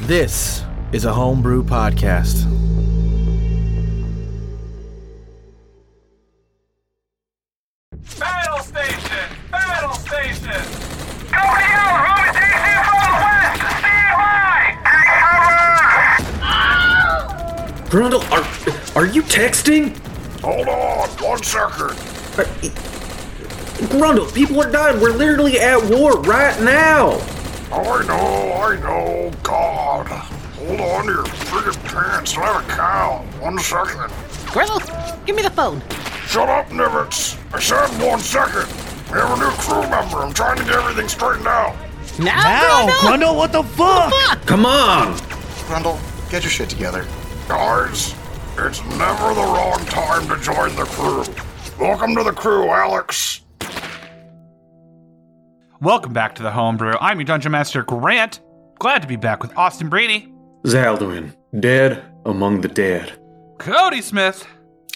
This is a homebrew podcast. Battle station! Battle station! Grundle, are are you texting? Hold on, one second. Are, Grundle, people are dying. We're literally at war right now. Oh, I know, I know, God. Hold on to your friggin' pants and have a cow. One second. Grendel, give me the phone. Shut up, Nivets. I said one second. We have a new crew member. I'm trying to get everything straightened out. Now, Ow, Grendel! Grundle, what the fuck? Come on. Grundle, get your shit together. Guys, it's never the wrong time to join the crew. Welcome to the crew, Alex. Welcome back to the homebrew. I'm your Dungeon Master Grant. Glad to be back with Austin Brady, Zaldwin, dead among the dead. Cody Smith,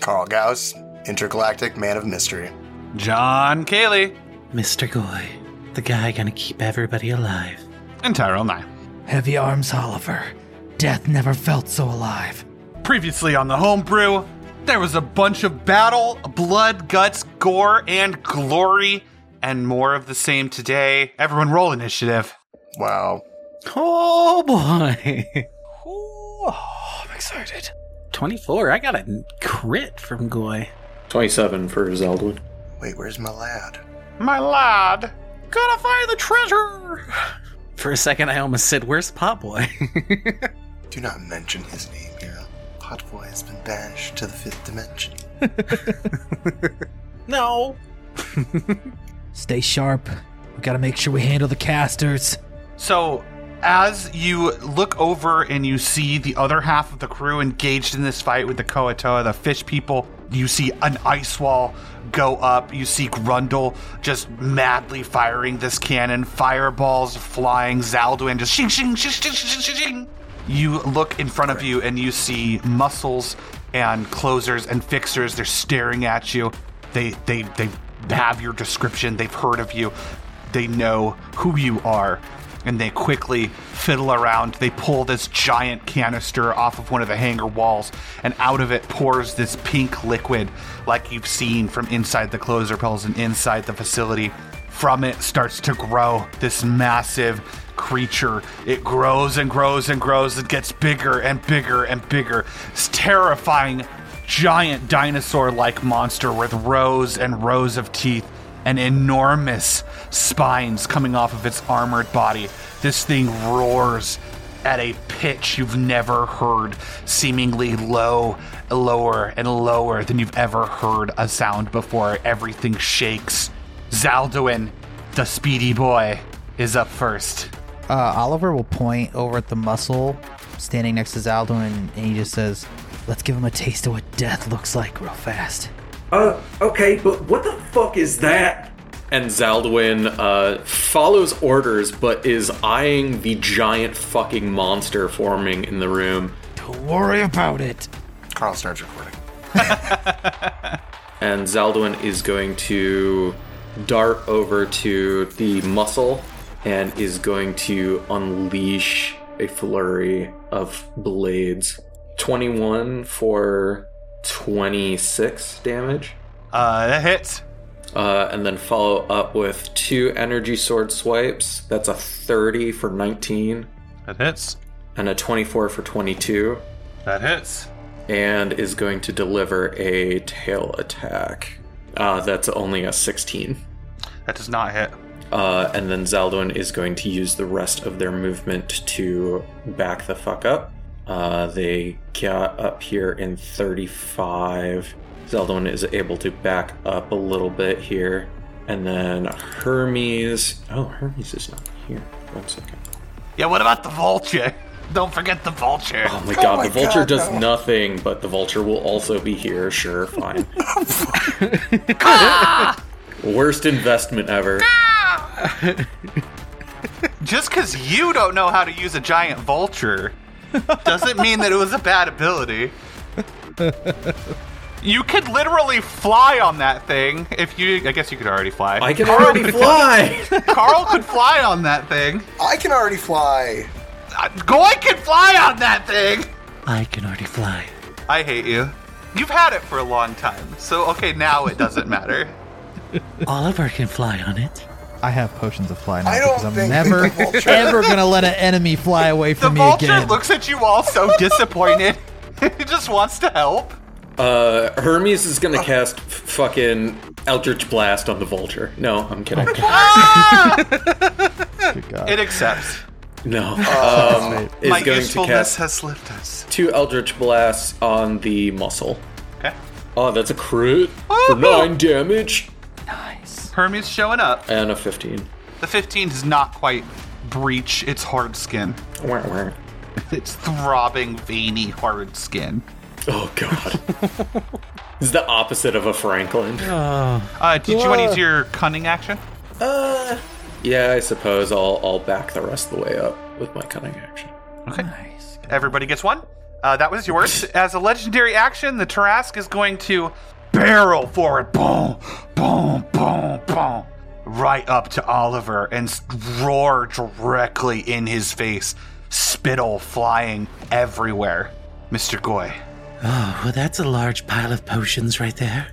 Carl Gauss, intergalactic man of mystery. John Cayley, Mr. Goy, the guy gonna keep everybody alive. and Tyrell Nye. Heavy arms, Oliver. Death never felt so alive. Previously on the homebrew, there was a bunch of battle, blood, guts, gore, and glory, and more of the same today. Everyone roll initiative. Wow. Oh boy! oh, I'm excited. 24, I got a crit from Goy. 27 for Zeldwin. Wait, where's my lad? My lad. Gotta find the treasure! For a second, I almost said, Where's Potboy? Do not mention his name here. Potboy has been banished to the fifth dimension. no! Stay sharp. We gotta make sure we handle the casters. So, as you look over and you see the other half of the crew engaged in this fight with the Koatoa, the fish people, you see an ice wall go up. You see Grundle just madly firing this cannon, fireballs flying, Zaldwin just shing, shing, shing, shing, shing, shing, shing. You look in front of you and you see muscles and closers and fixers. They're staring at you. They, they, they have your description. They've heard of you. They know who you are and they quickly fiddle around. They pull this giant canister off of one of the hangar walls, and out of it pours this pink liquid, like you've seen from inside the closer pills and inside the facility. From it starts to grow this massive creature. It grows and grows and grows. It gets bigger and bigger and bigger. It's terrifying, giant dinosaur like monster with rows and rows of teeth and enormous spines coming off of its armored body. This thing roars at a pitch you've never heard, seemingly low, lower, and lower than you've ever heard a sound before. Everything shakes. Zaldwin, the speedy boy, is up first. Uh, Oliver will point over at the muscle standing next to Zaldwin and, and he just says, Let's give him a taste of what death looks like real fast. Uh, okay, but what the fuck is that? And Zaldwin uh, follows orders, but is eyeing the giant fucking monster forming in the room. Don't worry about it. Carl starts recording. And Zaldwin is going to dart over to the muscle and is going to unleash a flurry of blades. 21 for 26 damage. Uh, that hits. Uh, and then follow up with two energy sword swipes. That's a 30 for 19 That hits. and a 24 for 22. That hits. And is going to deliver a tail attack. Uh, that's only a 16. That does not hit. Uh, and then Zaldwin is going to use the rest of their movement to back the fuck up. Uh, they got up here in 35. Zeldwin is able to back up a little bit here. And then Hermes. Oh, Hermes is not here. One second. Yeah, what about the vulture? Don't forget the vulture. Oh my god, the vulture does nothing, but the vulture will also be here. Sure, fine. Oh, Worst investment ever. Ah! Just because you don't know how to use a giant vulture doesn't mean that it was a bad ability. You could literally fly on that thing if you. I guess you could already fly. I Oh can already fly! Carl could fly on that thing. I can already fly. Uh, Goy can fly on that thing. I can already fly. I hate you. You've had it for a long time, so okay, now it doesn't matter. Oliver can fly on it. I have potions of fly now I because don't I'm think never, the vulture- ever gonna let an enemy fly away The from me vulture again. looks at you all so disappointed. it just wants to help. Uh, Hermes is gonna cast f- fucking Eldritch Blast on the vulture. No, I'm kidding. Good God. It accepts. No, Uh, um, My is going to usefulness cast has slipped us. two Eldritch Blasts on the muscle. Okay. Oh, that's a crit Oh, for nine damage Hermes showing up. and a fifteen. The 15 does not quite breach its hard skin. Wah, wah. It's throbbing, veiny, hard skin. Oh god, this is the opposite of a Franklin. Uh, did you want to use your cunning action? Uh, yeah, I suppose I'll I'll back the rest of the way up with my cunning action. Okay. Everybody gets one. Uh, that was yours. As a legendary action, the Tarask is going to barrel forward. Boom, boom, boom, boom. Right up to Oliver and s- roar directly in his face, spittle flying everywhere. Mr. Goy. Oh, well, that's a large pile of potions right there.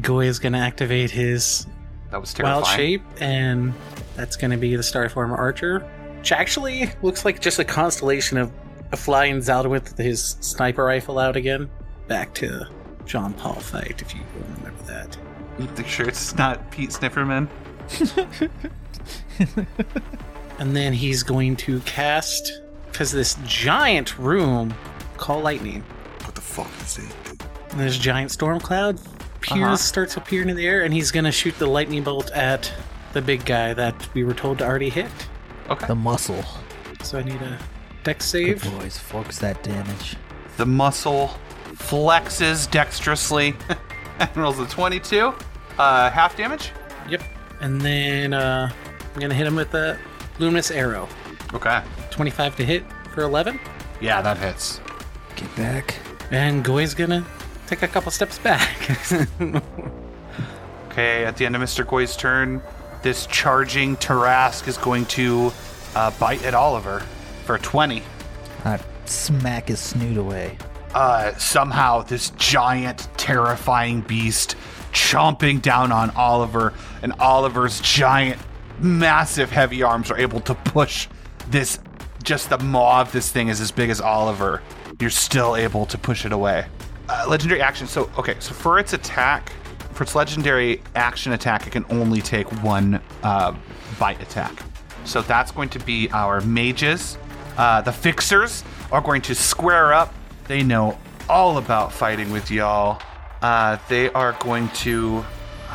Goy is going to activate his That was terrifying. wild shape, and that's going to be the Starform Archer, which actually looks like just a constellation of a flying Zaldwin with his sniper rifle out again. Back to John Paul fight, if you remember that. Make sure it's not Pete Snifferman. And then he's going to cast, because this giant room, call lightning. What the fuck is he? And this giant storm cloud appears, Uh-huh. starts appearing in the air, and he's going to shoot the lightning bolt at the big guy that we were told to already hit. the muscle. So I need a deck Good save. boys, focus that damage. The muscle flexes dexterously and rolls a 22. Uh, half damage? Yep. And then uh, I'm going to hit him with a luminous arrow. Okay. 25 to hit for 11. Yeah, that hits. Get back. And Goy's going to take a couple steps back. Okay, at the end of Mr. Goy's turn, this charging Tarask is going to uh, bite at Oliver for 20. I smack his snoot away. Uh, somehow, this giant, terrifying beast chomping down on Oliver, and Oliver's giant, massive, heavy arms are able to push this. Just the maw of this thing is as big as Oliver. You're still able to push it away. Uh, legendary action. So, okay, so for its attack, for its legendary action attack, it can only take one uh, bite attack. So that's going to be our mages. Uh, the fixers are going to square up. They know all about fighting with y'all. Uh, they are going to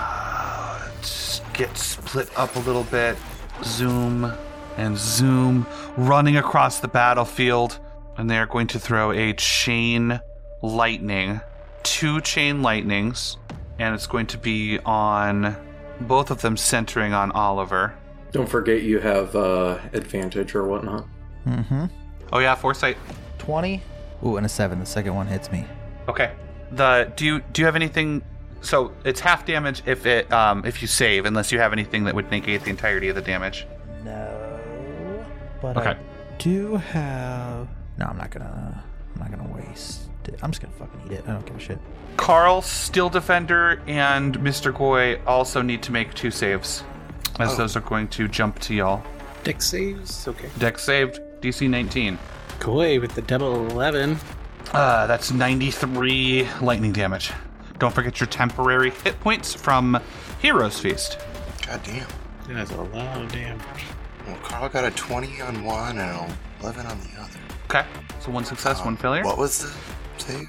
uh, s- get split up a little bit. Zoom and zoom, running across the battlefield. And they are going to throw a chain lightning, two chain lightnings, and it's going to be on both of them centering on Oliver. Don't forget you have uh, advantage or whatnot. Mm-hmm. Oh yeah, foresight. 20. Ooh, and a 7. The second one hits me. Okay. The do you do you have anything? So it's half damage if it um, if you save, unless you have anything that would negate the entirety of the damage. No. But I Okay. do have... No, I'm not gonna... I'm not gonna waste it. I'm just gonna fucking eat it. I don't give a shit. Carl, Steel Defender, and Mr. Goy also need to make two saves, as those are going to jump to y'all. deck saves? Okay. Deck saved, DC 19. Goy with the double 11. Uh, that's 93 lightning damage. Don't forget your temporary hit points from Heroes Feast. God damn. That's a lot of damage. Well, Carl got a 20 on one and an 11 on the other. Um, Okay, so one success, one failure. What was the save?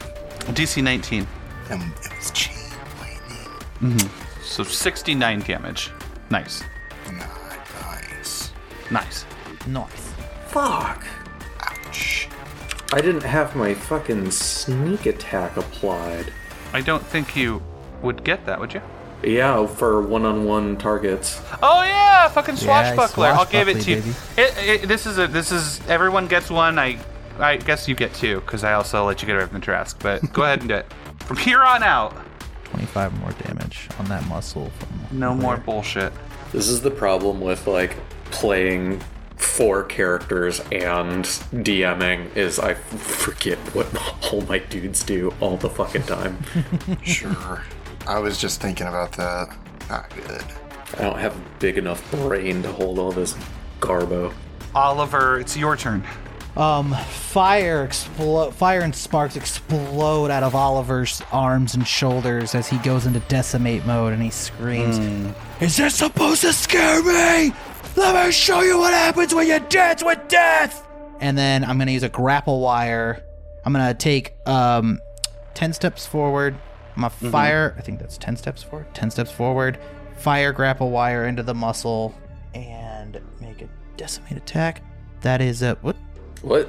DC 19, Um, it was chain lightning. so 69 damage. Nice, Not nice. nice. Nice. Fuck! Ouch. I didn't have my fucking sneak attack applied. I don't think you would get that, would you? Yeah, for one-on-one targets. Oh yeah, fucking Yeah, swashbuckler. I'll give it to you. swashbuckly, It, it, this is a this is everyone gets one. I I guess you get two because I also let you get away from the Trask. But go ahead and do it. From here on out, 25 more damage on that muscle. From no more bullshit. This is the problem with like playing four characters and DMing is I forget what all my dudes do all the fucking time. Sure. I was just thinking about that. Not good. I don't have a big enough brain to hold all this garbo. Oliver, it's your turn. Um, fire explo- fire and sparks explode out of Oliver's arms and shoulders as he goes into decimate mode and he screams, "Is this supposed to scare me? Let me show you what happens when you dance with death!" And then I'm gonna use a grapple wire. I'm gonna take um, ten steps forward. I'm gonna fire. I think that's ten steps forward. Ten steps forward. Fire grapple wire into the muscle and make a decimate attack. That is uh, a what? What?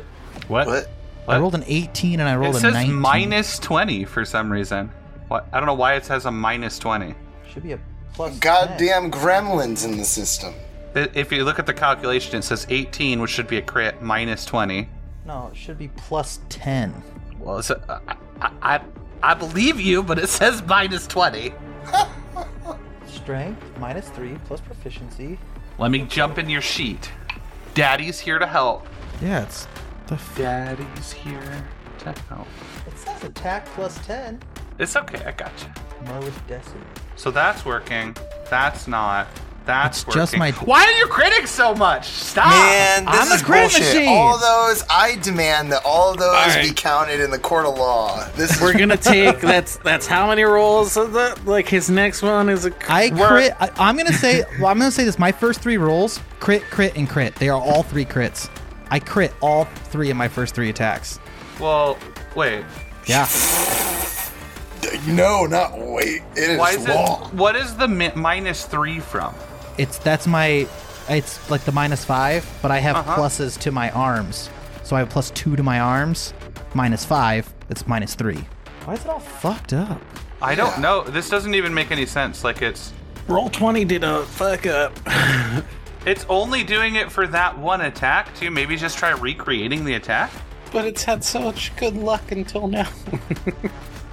What? What? I rolled an 18 and I It rolled a says 19. minus 20 for some reason. What? I don't know why it says a minus 20. Should be a plus. Goddamn gremlins in the system. I- If you look at the calculation, it says 18, which should be a crit, minus 20. 10. No, it should be plus 10. Well, it's a, I, I, I believe you, but it says minus 20. Strength minus 3 plus proficiency. Let me jump in your sheet. Daddy's here to help. Yeah, it's the f- Daddy's here to help. it says attack plus 10. It's okay, I got you. Mode decimate. So that's working. That's not. That's It's just working. my- Why are you critics so much? Stop. Man, this I'm a is crit bullshit. machine. All those, I demand that all those be right. counted in the court of law. This We're is gonna take that's that's how many rolls. Of the, like his next one is a I we're- crit. I, I'm gonna say. well, I'm gonna say this. My first three rolls: crit, crit, and crit. They are all three crits. I crit all three of my first three attacks. Well, wait. Yeah. no, not wait. It is Why is law. it? What is the mi- minus three from? it's that's my it's like the minus five but i have pluses to my arms so i have plus two to my arms minus five it's minus three why is it all fucked up I don't know. This doesn't even make any sense. Like it's roll twenty did a fuck up. it's only doing it for that one attack too. Maybe just try recreating the attack. But it's had so much good luck until now.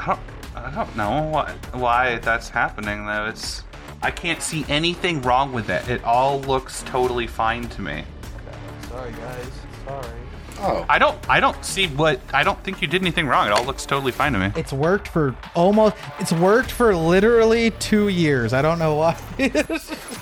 I don't. I don't know why, why that's happening though. It's I can't see anything wrong with it. It all looks totally fine to me. Oh, I don't. I don't see what. I don't think you did anything wrong. It all looks totally fine to me. it's worked for almost it's worked for literally two years i don't know why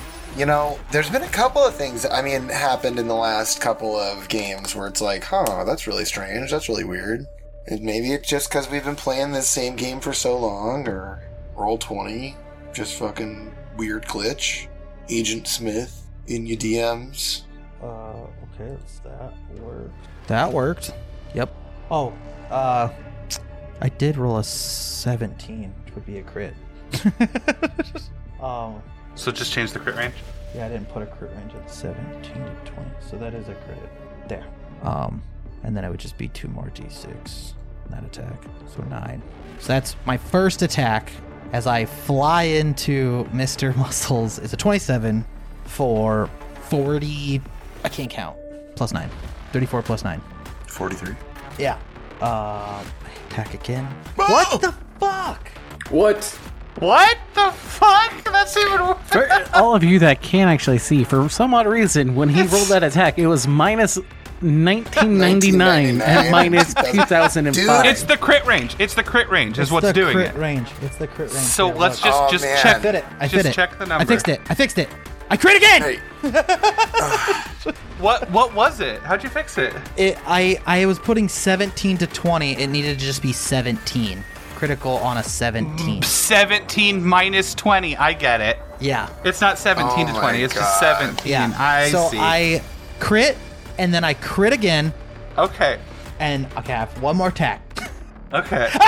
you know, there's been a couple of things. I mean, happened in the last couple of games where it's like, huh, that's really strange. That's really weird. And maybe it's just because we've been playing this same game for so long, or roll twenty, just fucking weird glitch. Agent Smith in your DMs. uh okay that's that worked that worked yep oh uh i did roll a 17 which would be a crit um So just change the crit range. Yeah, I didn't put a crit range at 17 to 20, so that is a crit. There. Um, and then it would just be two more d6 in that attack, so nine. So that's my first attack as I fly into Mr. Muscles is a 27 for 40. I can't count. Plus nine. 34 plus nine. 43. Yeah. Um, attack again. What the fuck? What? What the fuck? That's even worse. For all of you that can actually see, for some odd reason, when he rolled that attack, it was minus 1999 and 1999. minus Dude. 2005. It's the crit range. It's the crit range is what's the doing crit it. range. It's the crit range. So Yeah, let's look. just Oh, just man. check. I fit it. I just fit it. check the number. I fixed it. I fixed it. I crit again. Hey, What what was it? How'd you fix it? It, I I was putting 17 to 20. It needed to just be 17. Critical on a 17. Seventeen minus twenty. I get it. yeah. It's not seventeen Oh to my twenty. It's just God. seventeen. Yeah. I so see. I crit and then I crit again Okay. and okay, I have one more attack. Okay.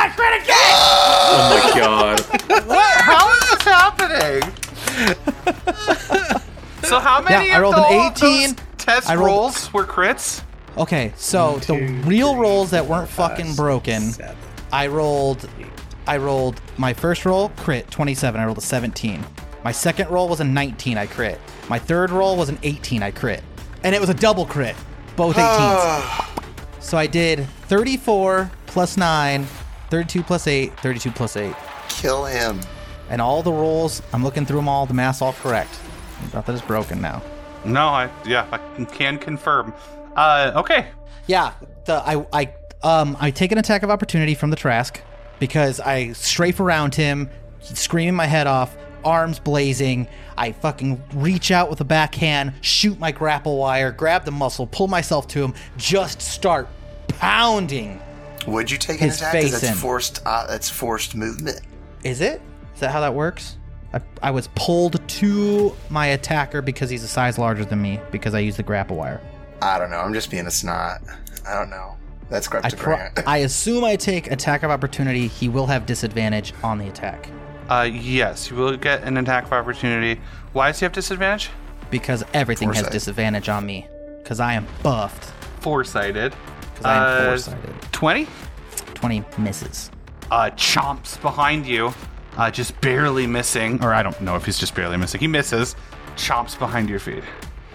Oh my god. What? How is this happening? so how many Yeah, I of rolled the- an all of those 18. test I rolled- rolls were crits? Okay, so the real rolls that weren't fucking broken, I rolled I rolled my first roll crit 27. I rolled a 17. My second roll was a 19. I crit. My third roll was an 18. I crit, and it was a double crit, both 18s. so I did 34 plus 9, 32 plus 8, 32 plus 8, kill him. and all the rolls. I'm looking through them all. The math's all correct. Nothing is broken now. No, I yeah, I can- can confirm. Uh, okay. Yeah, the I I um I take an attack of opportunity from the Trask because I strafe around him, screaming my head off, arms blazing. I fucking reach out with a backhand, shoot my grapple wire, grab the muscle, pull myself to him, just start pounding. Would you take an His attack? 'Cause face in. That's forced. Uh, that's forced movement. Is it? Is that how that works? I, I was pulled to my attacker because he's a size larger than me because I used the grapple wire. I don't know. I'm just being a snot. I don't know. That's I, correct. pro- I assume I take attack of opportunity. He will have disadvantage on the attack. Uh, yes, you will get an attack of opportunity. Why does he have disadvantage? because everything has Foresight. disadvantage on me because I am buffed Foresighted. because I am Uh, foresighted. 20? Twenty misses. uh, chomps behind you, uh, just barely missing. Or I don't know if he's just barely missing. He misses, chomps behind your feet.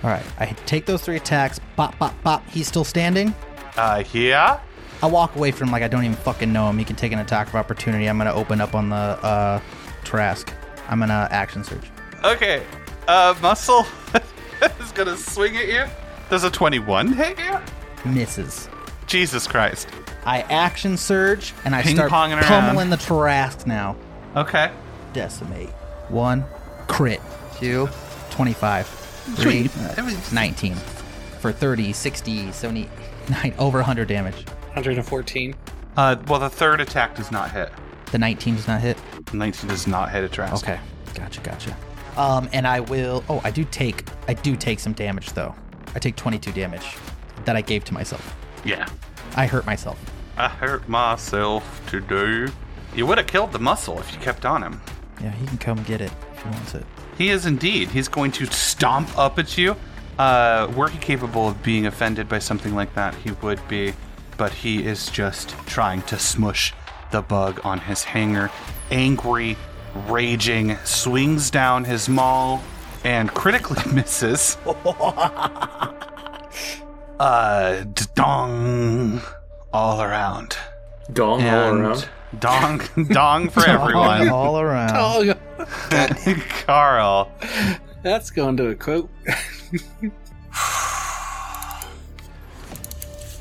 All right, I take those three attacks. Bop, bop, bop. He's still standing. Uh, yeah. I walk away from him like I don't even fucking know him. He can take an attack of opportunity. I'm gonna open up on the uh, Trask. I'm gonna uh, action search. Okay. Uh, muscle is gonna swing at you. Does a 21 hit you? Misses. Jesus Christ. I action surge and I start Ping-ponging around. pummeling the Trask now. Okay. Decimate. One, crit. Two, 25. Three, uh, 19. For 30, 60, 79, over 100 damage. 114. Uh, well, the third attack does not hit. The 19 does not hit. 19 does not hit a trask. Okay. Gotcha, gotcha. Um, and I will. Oh, I do take. I do take some damage though. I take 22 damage that I gave to myself. Yeah. I hurt myself. I hurt myself today. You would have killed the muscle if you kept on him. Yeah, he can come get it if he wants it. He is indeed. He's going to stomp up at you. Uh, were he capable of being offended by something like that, he would be. But he is just trying to smush the bug on his hanger. Angry, raging, swings down his maul and critically misses. uh, d- dong all around. Dong all And around. dong, dong for everyone. All around. Oh, yeah. Carl. that's going to a quote.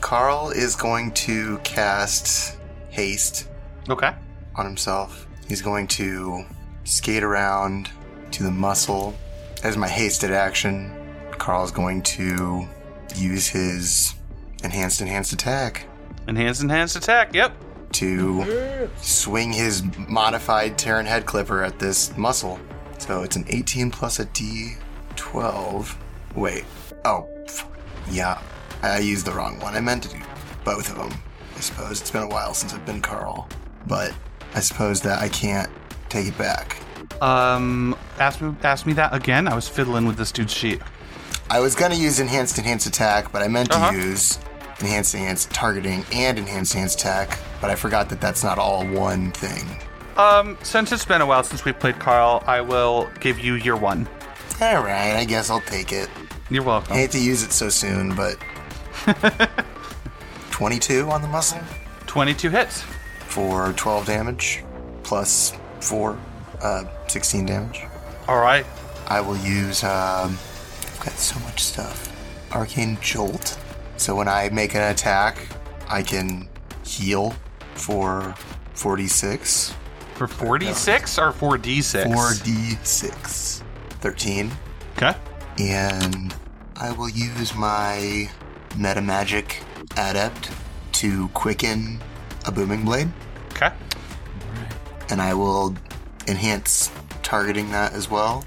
Carl is going to cast haste Okay. on himself. He's going to skate around to the muscle. As my hasted action, Carl's going to use his enhanced enhanced attack Enhanced, enhanced attack. Yep. to swing his modified Terran head clipper at this muscle. So it's an 18 plus a D12. Wait. Oh, f- yeah. I used the wrong one. I meant to do both of them. I suppose it's been a while since I've been Carl, but I suppose that I can't take it back. Um, ask me, ask me that again. I was fiddling with this dude's sheet. I was gonna use enhanced enhanced attack, but I meant to Uh-huh. use enhanced enhanced targeting and enhanced enhanced attack, but I forgot that that's not all one thing. Um, since it's been a while since we played Carl, I will give you your one. All right, I guess I'll take it. You're welcome. I hate to use it so soon, but 22 on the muscle 22 hits. for 12 damage plus 4, uh, 16 damage. All right. I will use, um, I've got so much stuff. Arcane Jolt. So when I make an attack, I can heal for 46, For 46 or 4d6? 4d6, 13. Okay. and I will use my meta magic adept to quicken a booming blade, Okay. and I will enhance targeting that as well.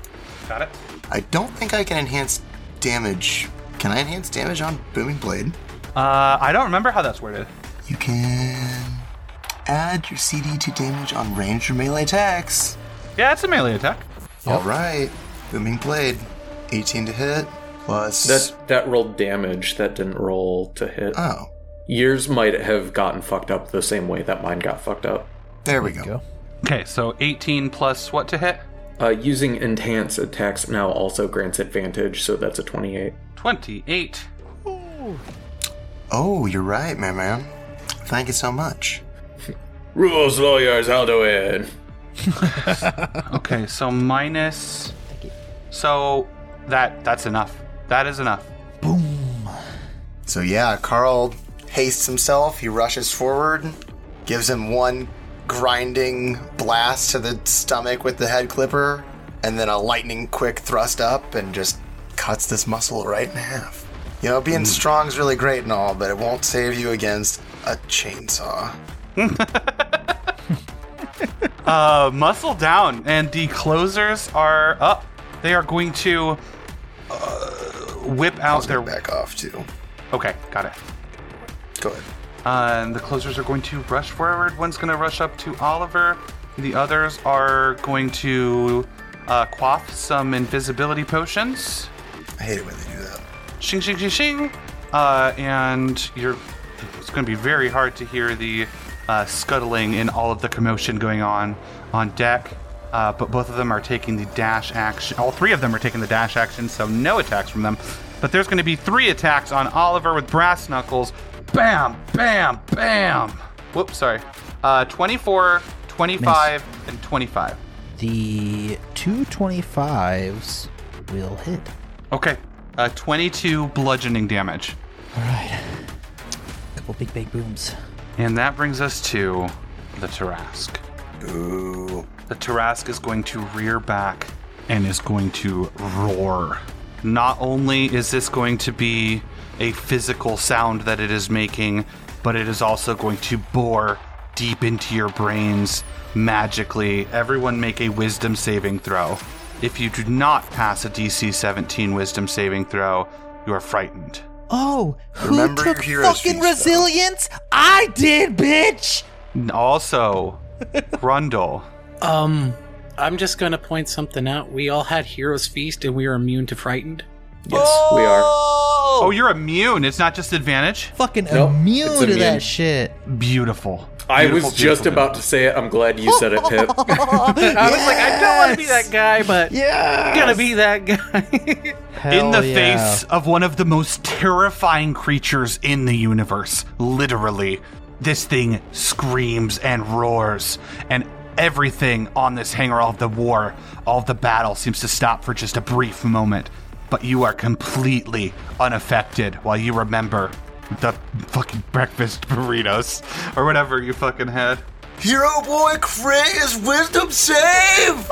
Got it. I don't think I can enhance damage. Can I enhance damage on booming blade? Uh, I don't remember how that's worded. You can add your CD to damage on ranged or melee attacks. Yeah, it's a melee attack. All right, booming blade, 18 to hit plus. That that rolled damage. That didn't roll to hit. oh, Yours might have gotten fucked up the same way that mine got fucked up. there we go. Okay, so 18 plus what to hit? Uh, using enhance attacks now also grants advantage, so that's a 28. 28. Oh, you're right, my man. Thank you so much. Rules lawyers, I'll do it. Okay, so minus. So that that's enough. That is enough. So yeah, Carl hastes himself. He rushes forward, gives him one grinding blast to the stomach with the head clipper, and then a lightning quick thrust up and just cuts this muscle right in half. You know, being Hmm. strong's really great and all, but it won't save you against a chainsaw. Uh, muscle down, and the closers are up. They are going to uh, whip out their. Back off too. Okay, got it. Go ahead. Uh, and the closers are going to rush forward. One's going to rush up to Oliver. The others are going to uh, quaff some invisibility potions. I hate it when they do that. Shing, shing, shing, shing. Uh, and you're. It's going to be very hard to hear the uh, scuttling and all of the commotion going on on deck. Uh, but both of them are taking the dash action. All three of them are taking the dash action, so no attacks from them. But there's going to be three attacks on Oliver with brass knuckles. Bam, bam, bam. Whoops, sorry. Uh, 24, 25, and 25. The two 25s will hit. Okay. Uh, 22 bludgeoning damage. All right. Couple big, big booms. And that brings us to the Tarask. Ooh. The Tarask is going to rear back and is going to roar. Not only is this going to be a physical sound that it is making, but it is also going to bore deep into your brains magically. Everyone make a wisdom saving throw. If you do not pass a DC 17 wisdom saving throw, you are frightened. Oh, who Remember your took hero's feast, fucking though. resilience? I did, bitch. And Also, Grundle. Um, I'm just gonna point something out. We all had Heroes Feast and we were immune to frightened. Yes, we are. Oh, Oh, you're immune. It's not just advantage. fucking Nope, immune it's to immune. that shit. Beautiful. I was Beautiful, just beautiful. about to say it. I'm glad you said it, Oh, Pip. I was like, I don't want to be that guy, but Yeah. I'm gonna be that guy. in the face of one of the most terrifying creatures in the universe. Literally, this thing screams and roars, and everything on this hangar, all of the war, all of the battle seems to stop for just a brief moment. But you are completely unaffected while you remember the fucking breakfast burritos or whatever you fucking had. Hero boy crit is wisdom save.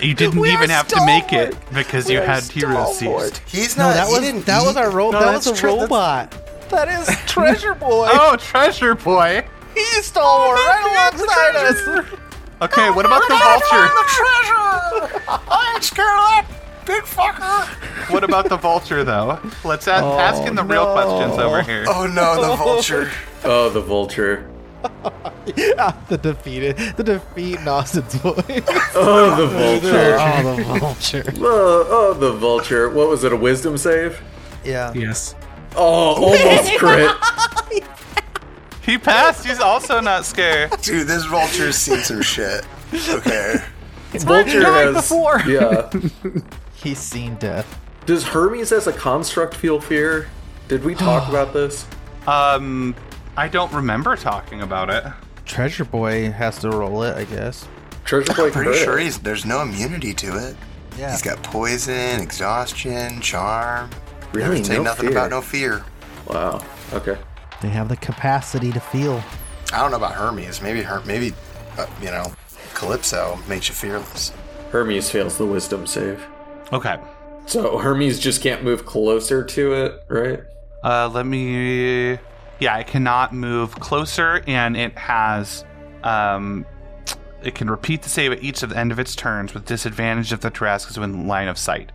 You didn't We are even have to make it because you had heroes seized. He's No, not. that he was didn't that eat. was our ro- No, that that's was a tre- that's- robot. That is treasure boy. Oh, treasure boy! he stole right alongside us. Oh, Okay, what about the vulture? I'm scared of that big fucker. What about the vulture, though? Let's ask, asking the real questions over here. Oh no, the vulture. Oh, the vulture. the defeated, the defeat in Austin's voice. Oh, the vulture. oh, the vulture. Oh, oh, the vulture. What was it? A wisdom save? Yeah. yes. Oh, almost crit. He passed. He's also not scared. Dude, this vulture's seen some shit. Okay. Vulture has. before. Yeah. He's seen death. Does Hermes as a construct feel fear? Did we talk about this? Um, I don't remember talking about it. Treasure boy has to roll it, I guess. Treasure Boy Pretty converted. sure he's, there's no immunity to it. Yeah. He's got poison, exhaustion, charm. really Say no nothing fear. about no fear. Wow. Okay. They have the capacity to feel. I don't know about Hermes. Maybe her, maybe uh, you know, Calypso makes you fearless. Hermes fails the wisdom save. Okay. So Hermes just can't move closer to it, right? Uh, let me. Yeah, I cannot move closer, and it has. Um, it can repeat the save at each of the end of its turns with disadvantage if the Tarask is within line of sight.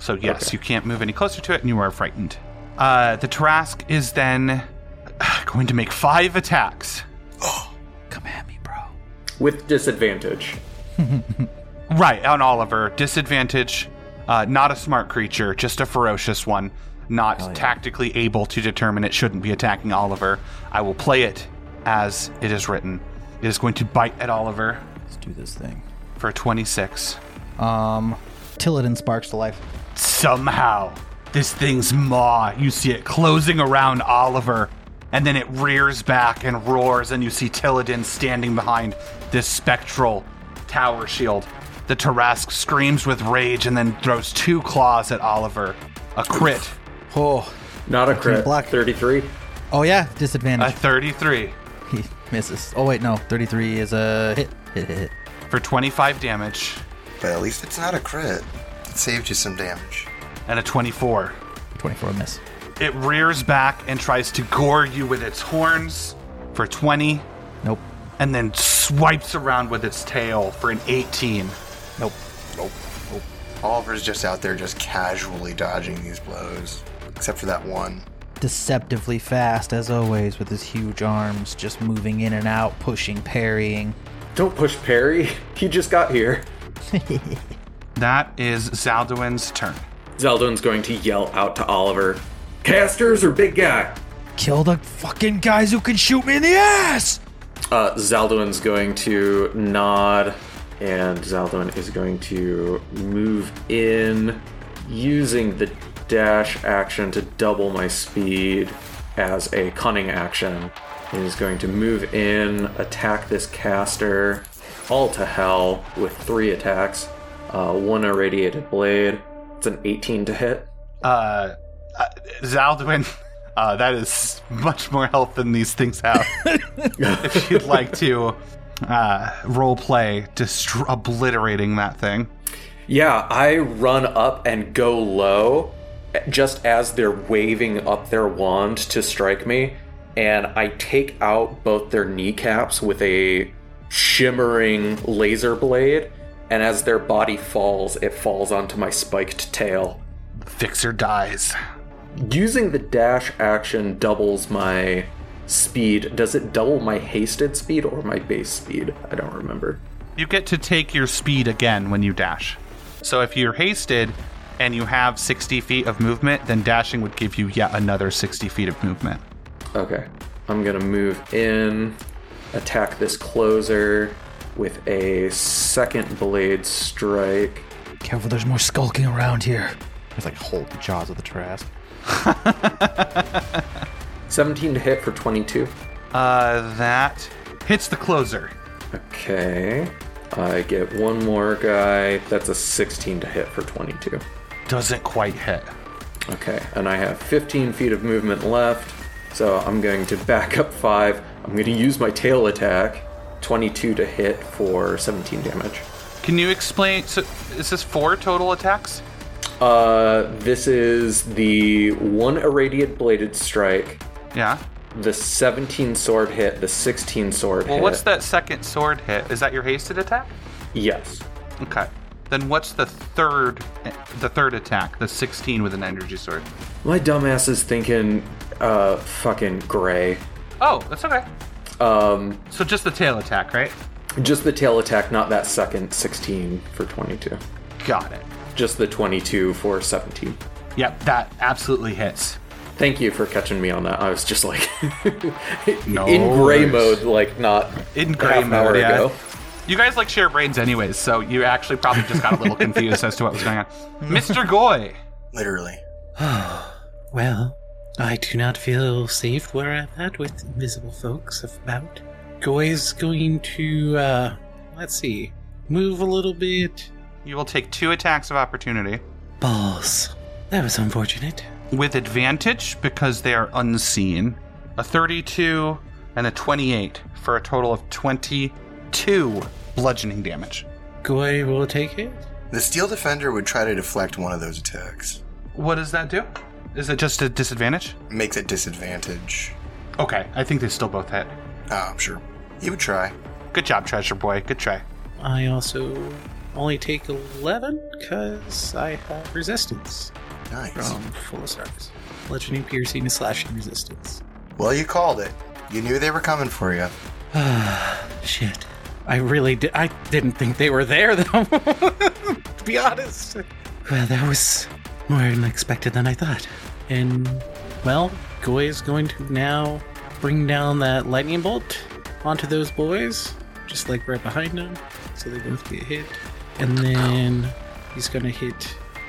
So yes, you can't move any closer to it, and you are frightened. Uh, the Tarask is then uh, going to make five attacks. Come at me, bro. With disadvantage. Right, on Oliver. Disadvantage. Uh, not a smart creature, just a ferocious one. Not tactically able to determine it shouldn't be attacking Oliver. I will play it as it is written. It is going to bite at Oliver Let's do this thing. for 26. Um, Tilladin sparks to life. Somehow, this thing's maw, you see it closing around Oliver, and then it rears back and roars, and you see Tilladin standing behind this spectral tower shield. The Tarask screams with rage and then throws two claws at Oliver. A crit, Oh, Not a crit. block. 33. Oh yeah, a disadvantage. 33 he misses. Oh wait, no, 33 is a hit. Hit, hit, hit. for 25 damage But at least it's not a crit. It saved you some damage. and a 24. 24 miss. It rears back and tries to gore you with its horns for 20 Nope. and then swipes around with its tail for an 18. Nope. Oliver's just out there just casually dodging these blows. Except for that one. Deceptively fast, as always, with his huge arms, just moving in and out, pushing, parrying. Don't push Perry. He just got here. That is Zaldwin's turn. Zeldon's going to yell out to Oliver Casters or big guy? Kill the fucking guys who can shoot me in the ass! Uh, Zaldwin's going to nod, and Zaldwin is going to move in using the dash action to double my speed as a cunning action. He is going to move in, attack this caster, all to hell with three attacks. Uh, one irradiated blade. It's an 18 to hit. Uh, uh Zaldwin, uh, that is much more health than these things have. if you'd like to uh, role play, destr- obliterating that thing. Yeah, I run up and go low just as they're waving up their wand to strike me, and I take out both their kneecaps with a shimmering laser blade, and as their body falls, it falls onto my spiked tail. Fixer dies. Using the dash action doubles my speed. Does it double my hasted speed or my base speed? I don't remember. You get to take your speed again when you dash. So if you're hasted and you have 60 feet of movement, then dashing would give you yet another 60 feet of movement. Okay. I'm going to move in, attack this closer with a second blade strike. careful, there's more skulking around here. It's like hold the jaws of the Trask. 17 to hit for 22. Uh, that hits the closer. Okay. I get one more guy. That's a 16 to hit for 22. Doesn't quite hit. Okay. And I have 15 feet of movement left. So I'm going to back up five. I'm going to use my tail attack. 22 to hit for 17 damage. Can you explain? So is this four total attacks? Uh, this is the one irradiate bladed strike. Yeah. the 17 sword hit, the 16 sword Well, hit. what's that second sword hit? Is that your hasted attack? Yes. Okay. Then what's the third, the third attack? The 16 with an energy sword. My dumbass is thinking, uh, fucking gray. Oh, that's okay. Um, So just the tail attack, right? just the tail attack, not that second 16 for 22. Got it. Just the 22 for 17. Yep, that absolutely hits. Thank you for catching me on that. I was just like, No in gray mode, worries. like not In half gray an mode, hour yeah. ago. You guys like share brains anyways, so you actually probably just got a little confused as to what was going on. Mr. Goy, Literally. Well, I do not feel safe where I'm at with invisible folks about. Goy's going to, uh, let's see, move a little bit. you will take two attacks of opportunity Balls. That was unfortunate. with advantage because they are unseen. A 32 and a 28 for a total of 22 bludgeoning damage. Goy will take it. The steel defender would try to deflect one of those attacks. What does that do? Is it just a disadvantage? Makes it disadvantage. Okay, I think they still both hit. Ah, I'm sure. You would try. Good job, Treasure Boy. Good try. I also only take 11 because I have resistance Nice. Oh. from Full of Stars. Bludgeoning, piercing, and slashing resistance. Well, you called it. You knew they were coming for you. Shit. I really did. I didn't think they were there, though. to be honest. Well, that was more unexpected than I thought. And, well, Goy is going to now bring down that lightning bolt onto those boys, just like right behind them, so they both get hit. And then he's going to hit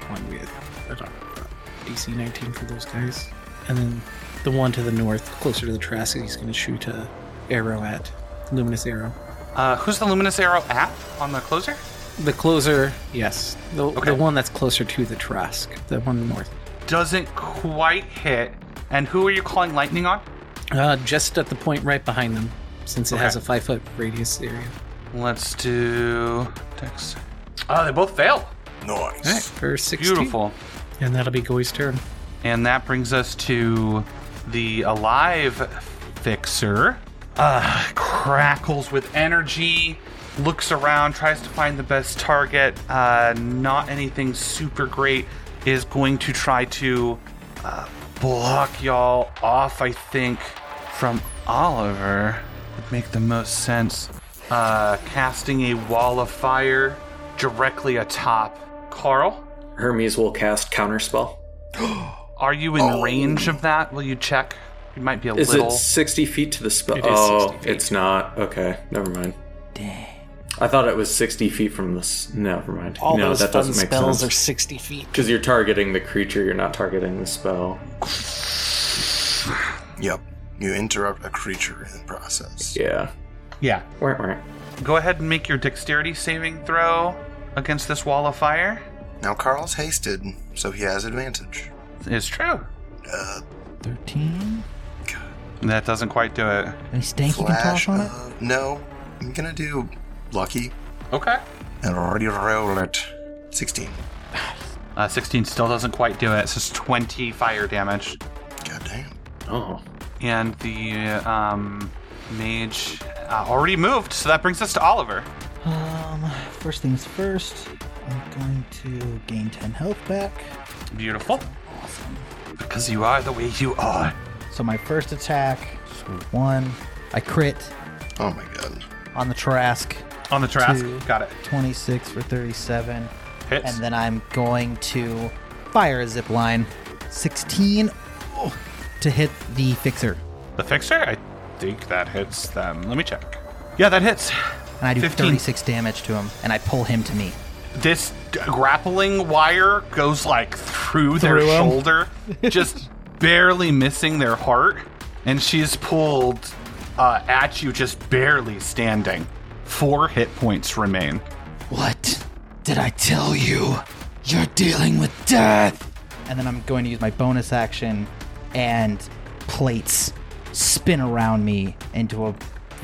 one with I don't know, DC 19 for those guys. And then the one to the north, closer to the Triassic, he's going to shoot a arrow at. Luminous arrow. Uh, who's the luminous arrow at on the closer? The closer, yes. The, the one that's closer to the Trask, the one north. Doesn't quite hit. And who are you calling lightning on? Uh, just at the point right behind them, since it Okay. has a five foot radius area. Let's do. Dex. Oh, they both fail. Nice. For 16. Beautiful. And that'll be Goy's turn. And that brings us to the alive fixer. Uh, crackles with energy, looks around, tries to find the best target. Uh, not anything super great. Is going to try to uh, block y'all off, I think, from Oliver. Would make the most sense. Uh, casting a wall of fire directly atop Carl. Hermes will cast counterspell. Are you in range of that? Will you check? You might be a Is little. it 60 feet to the spell? It is Oh, it's not. Okay, never mind. Dang. I thought it was 60 feet from the. s- Never mind. All no, those that fun doesn't make spells are sense. sixty feet. Because you're targeting the creature, you're not targeting the spell. Yep. You interrupt a creature in the process. Yeah. Yeah. Right. Go ahead and make your dexterity saving throw against this wall of fire. Now Carl's hasted, so he has advantage. It's true. Uh, 13. That doesn't quite do it. Any stank you can Flash toss on it? of- Uh, no, I'm gonna do lucky. Okay. And already roll it. 16. Uh, 16 still doesn't quite do it. It's just 20 fire damage. God damn. Oh. And the um, mage uh, already moved, so that brings us to Oliver. Um, first things first, I'm going to gain 10 health back. Beautiful. Because you are the way you are. So my first attack, one, I crit. Oh my god. On the Trask. On the Trask, got it. 26 for 37. Hits. And then I'm going to fire a zip line. 16 oh, to hit the fixer. The fixer? I think that hits them. Let me check. Yeah, that hits. And I do 15. 36 damage to him, and I pull him to me. This d- grappling wire goes like through their Through 'em. shoulder, just barely missing their heart, and she's pulled uh, at you, just barely standing. Four hit points remain. What did I tell you? You're dealing with death! And then I'm going to use my bonus action, and plates spin around me into a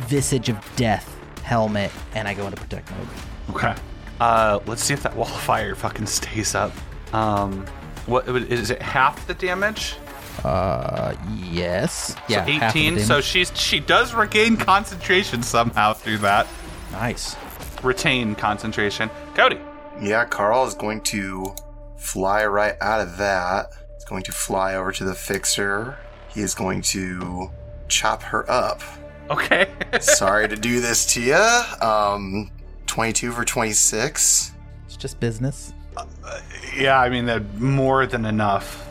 visage of death helmet, and I go into protect mode. Okay. Uh, let's see if that wall of fire fucking stays up. Um, what is it? Half the damage? Uh, yes. Yeah, so half of the 18. So damage. she's she does regain concentration somehow through that. Nice. Retain concentration. Cody. Yeah, Carl is going to fly right out of that. He's going to fly over to the fixer. He is going to chop her up. Okay. Sorry to do this to you. Um, 22 for 26. It's just business. Yeah, I mean that more than enough.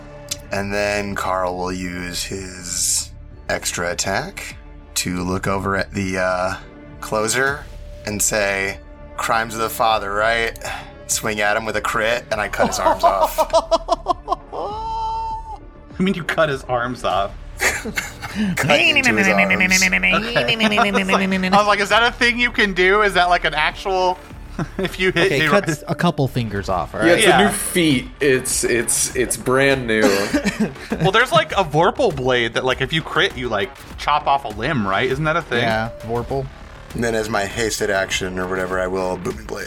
And then Carl will use his extra attack to look over at the uh, closer and say, Crimes of the Father, right? Swing at him with a crit, and I cut his arms off. I mean, you cut his arms off. Cut into his arms. I, was like, I was like, is that a thing you can do? Is that like an actual? if you hit, Okay, they- cuts a couple fingers off, all Yeah, right? it's a Yeah. new feat. It's it's it's brand new. well, there's like a vorpal blade that, like, if you crit, you like chop off a limb, right? Isn't that a thing? Vorpal. And then, as my hasted action or whatever, I will booming blade.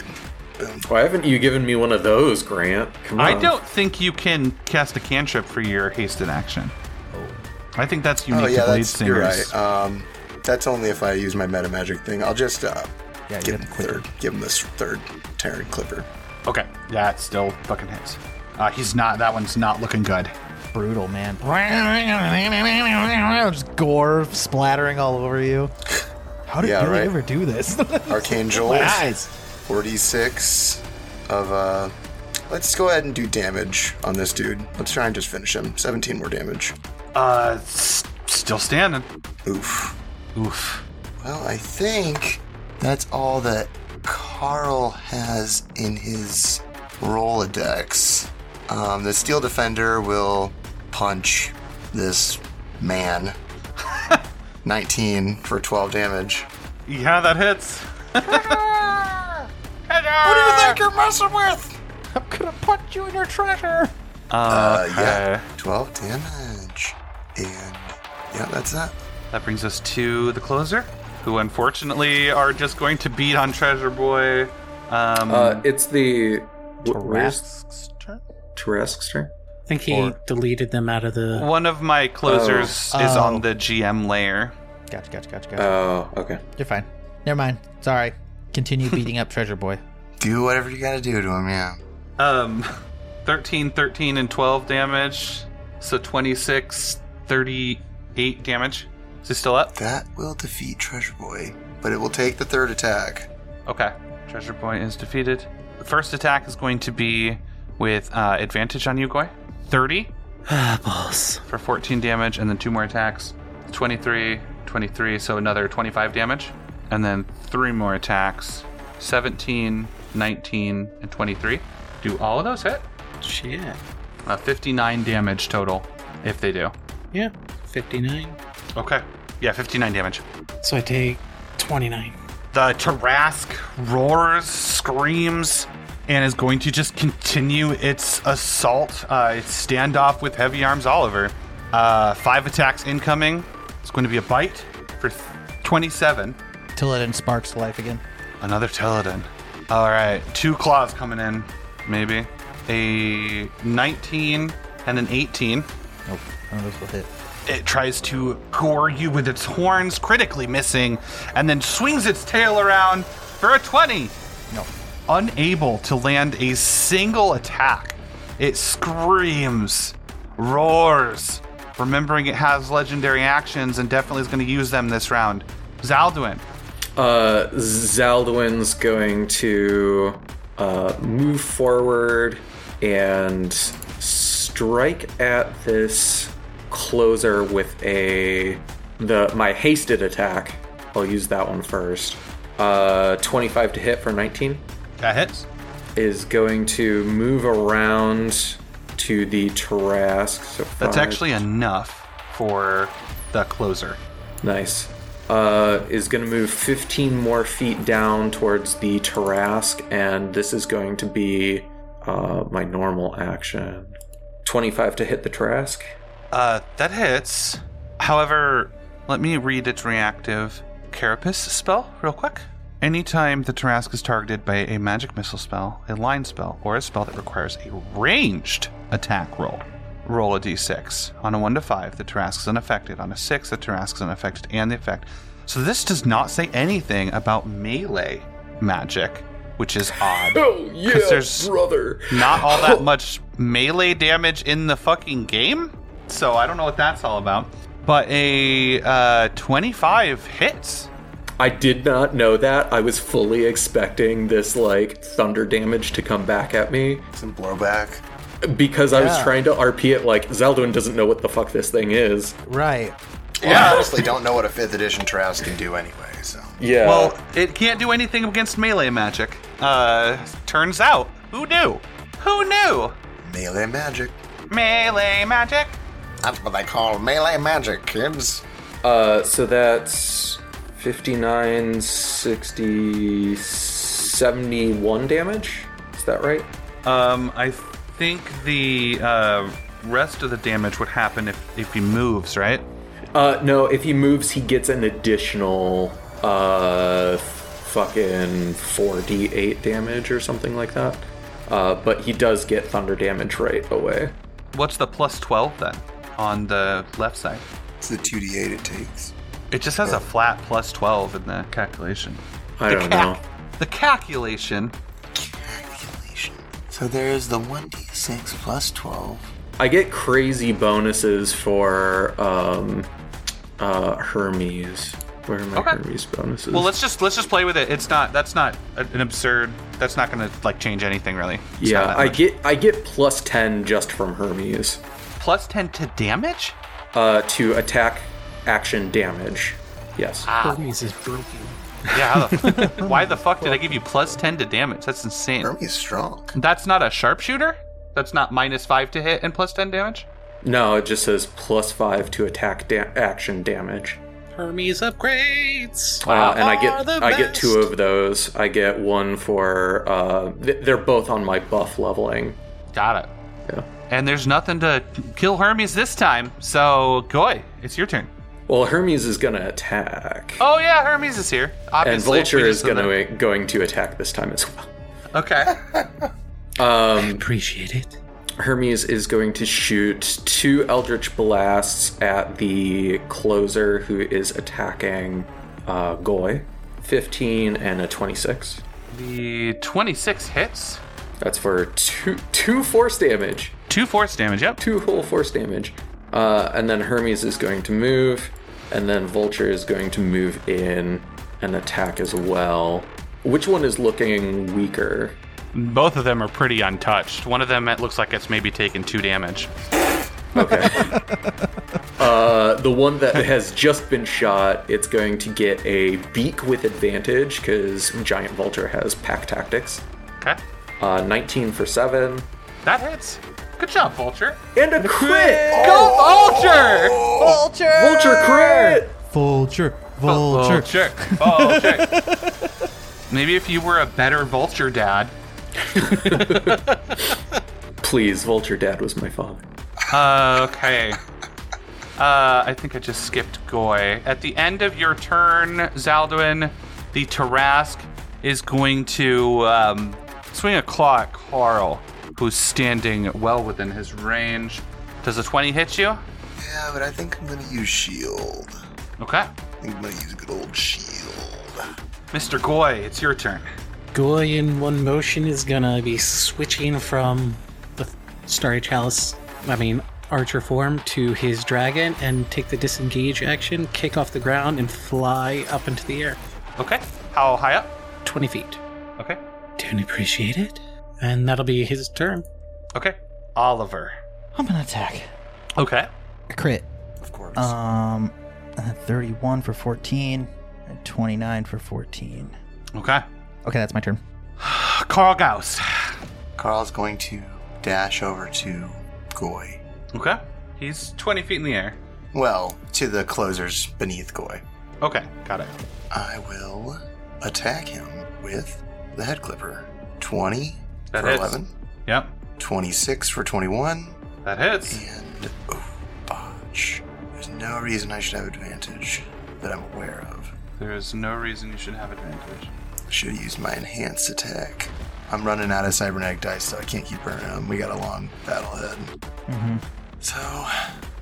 Why haven't you given me one of those, Grant? Come on. I don't think you can cast a cantrip for your hasted action. I think Oh. that's Uh, unique Oh yeah, to blade that's you're singers. right. Um, that's only if I use my meta magic thing. I'll just uh, Yeah, you give him have to quick third. Give him this third Terran Clipper. Okay, that still fucking hits. Uh, he's not. That one's not looking good. Brutal, man. Just gore splattering all over you. How did Yeah, Billy right. ever do this? Arcane Jolt, Nice. 46 of uh. Let's go ahead and do damage on this dude. Let's try and just finish him. 17 more damage. Uh, s- still standing. Oof. Oof. Well, I think that's all that Carl has in his Rolodex. Um, the Steel Defender will punch this man. 19 for 12 damage. Yeah, that hits. Who do you think you're messing with? I'm gonna punch you in your treasure. Uh, okay. yeah. 12 damage. And yeah, that's that. That brings us to the closer, who unfortunately are just going to beat on Treasure Boy. Um, Uh, it's the wh- where's Tarask's turn? Taresk's turn? I think he Or- deleted them out of the. One of my closers Oh. is Oh. on the GM layer. Gotcha, gotcha, gotcha, gotcha. Oh, okay. You're fine. Never mind. Sorry. Continue beating up Treasure Boy. Do whatever you gotta do to him, yeah. Um, 13, 13, and 12 damage. So 26, 38 damage. Is he still up? That will defeat Treasure Boy, but it will take the third attack. Okay. Treasure Boy is defeated. The first attack is going to be with uh, advantage on Yugoi. 30 Ah, boss. for 14 damage, and then two more attacks. 23, 23, so another 25 damage. And then three more attacks 17, 19, and 23. Do all of those hit? Oh, Oh, Shit. Uh, 59 damage total, if they do. Yeah. 59. Okay. Yeah, 59 damage. So I take 29. The Tarask roars, screams, and is going to just continue its assault, uh, its standoff with Heavy Arms Oliver. Uh, five attacks incoming. It's going to be a bite for th- 27. Till it in sparks to life again. Another Teledon. All right, two claws coming in, maybe. A 19 and an 18. Nope. None of those will hit. It tries to gore you with its horns, critically missing, and then swings its tail around for a 20. No. Unable to land a single attack, it screams, roars, remembering it has legendary actions and definitely is going to use them this round. Zalduin. Uh, Zaldwin's going to uh, move forward and strike at this closer with a the my hasted attack. I'll use that one first. Uh, 25 to hit for 19 That hits. is going to move around to the Tarask. So five, That's actually enough for the closer. Nice. Uh, is going to move 15 more feet down towards the Tarask, and this is going to be uh, my normal action. 25 to hit the Tarask. Uh, that hits. However, let me read its reactive Carapace spell real quick. Anytime the Tarask is targeted by a magic missile spell, a line spell, or a spell that requires a ranged attack roll, roll a d6. On a 1 to 5, the Tarask is unaffected. On a 6, the Tarask is unaffected and the effect. So this does not say anything about melee magic, which is odd. Oh, yeah, 'Cause there's- brother. not all that much melee damage in the fucking game. So I don't know what that's all about. But a uh, 25 hits. I did not know that. I was fully expecting this, like, thunder damage to come back at me Some blowback. because I was trying to RP it, like, Zeldwin doesn't know what the fuck this thing is. Right. Well, I honestly don't know what a 5th edition Taras can do anyway, so. Yeah. Well, it can't do anything against melee magic. Uh, turns out, who knew? Who knew? Melee magic. Melee magic. That's what they call melee magic, kids. Uh, so that's 59, 60, 71 damage? Is that right? Um, I think the uh, rest of the damage would happen if, if he moves, right? Uh, no, if he moves, he gets an additional, uh, fucking 4d8 damage or something like that. Uh, but he does get thunder damage right away. What's the plus 12 then on the left side? It's the 2d8 it takes. It just has a flat plus 12 in the calculation. I don't know. The calculation. Calculation. So there is the 1d6 plus 12. I get crazy bonuses for, um, uh, Hermes. Where are my Okay. Hermes bonuses? Well, let's just let's just play with it. It's not that's not a- an absurd. That's not going to like change anything really. It's not Yeah, that I much. get I get plus ten just from Hermes plus 10 to damage. uh, to attack action damage. Yes, Hermes is broken. Yeah. How the f- why the fuck did I give you plus 10 to damage? That's insane. Hermes is strong. That's not a sharpshooter. That's not minus five to hit and plus 10 damage. no, it just says plus five to attack da- action damage. Hermes upgrades. Uh, and I are get the I get best. two of those. I get one for uh, th- they're both on my buff leveling. Got it. Yeah. And there's nothing to kill Hermes this time, so Goy, it's your turn. Well, Hermes is gonna attack, Oh yeah, Hermes is here. and Obviously, Vulture we is just did gonna going to attack this time as well. that. Okay. Um, Appreciate it. Hermes is going to shoot two Eldritch blasts at the closer who is attacking uh, Goy. 15 and a 26. The 26 hits, That's for two, two force damage. two force damage. Yep. Two whole force damage. Uh, and then Hermes is going to move. And then Vulture is going to move in and attack as well. Which one is looking weaker? Both of them are pretty untouched. One of them it looks like it's maybe taken two damage. Okay. uh, the one that has just been shot, it's going to get a beak with advantage because Giant Vulture has pack tactics. Okay. Uh, 19 for 7. That hits. Good job, Vulture. Oh! And a crit! Go, Vulture! Vulture! Vulture crit! Vulture, vulture. Vulture. Vulture. Maybe if you were a better Vulture dad. Please, Vulture Dad was my father. Uh, okay. Uh, I think I just skipped Goy. At the end of your turn, Zaldwin, the Tarask is going to um, swing a claw at Carl, who's standing well within his range. Does a 20 hit you? Yeah, but I think I'm gonna use shield. Okay. E I think I'm gonna use good old shield. Mr. Goy, it's your turn. Goy in one motion is gonna be switching from the Starry Chalice, I mean, archer form to his dragon and take the disengage action, kick off the ground, and fly up into the air. Okay. How high up? 20 feet. Okay. Don't appreciate it. And that'll be his turn. Okay. Oliver. I'm gonna attack. Okay. A crit. Of course. Um, uh, 31 for 14, and 29 for 14. Okay. Okay, that's my turn. Carl Gauss. Carl's going to dash over to Goy. Okay. He's 20 feet in the air. Well, to the closers beneath Goy. Okay. Got it. I will attack him with the head clipper. 20 That for hits. 11, Yep. 26 for 21, That hits. and oh, botch. There's no reason I should have advantage that I'm aware of. There is no reason you should have advantage. Should have used my enhanced attack. I'm running out of cybernetic dice, so I can't keep burning them. We got a long battle ahead. Mm-hmm. So,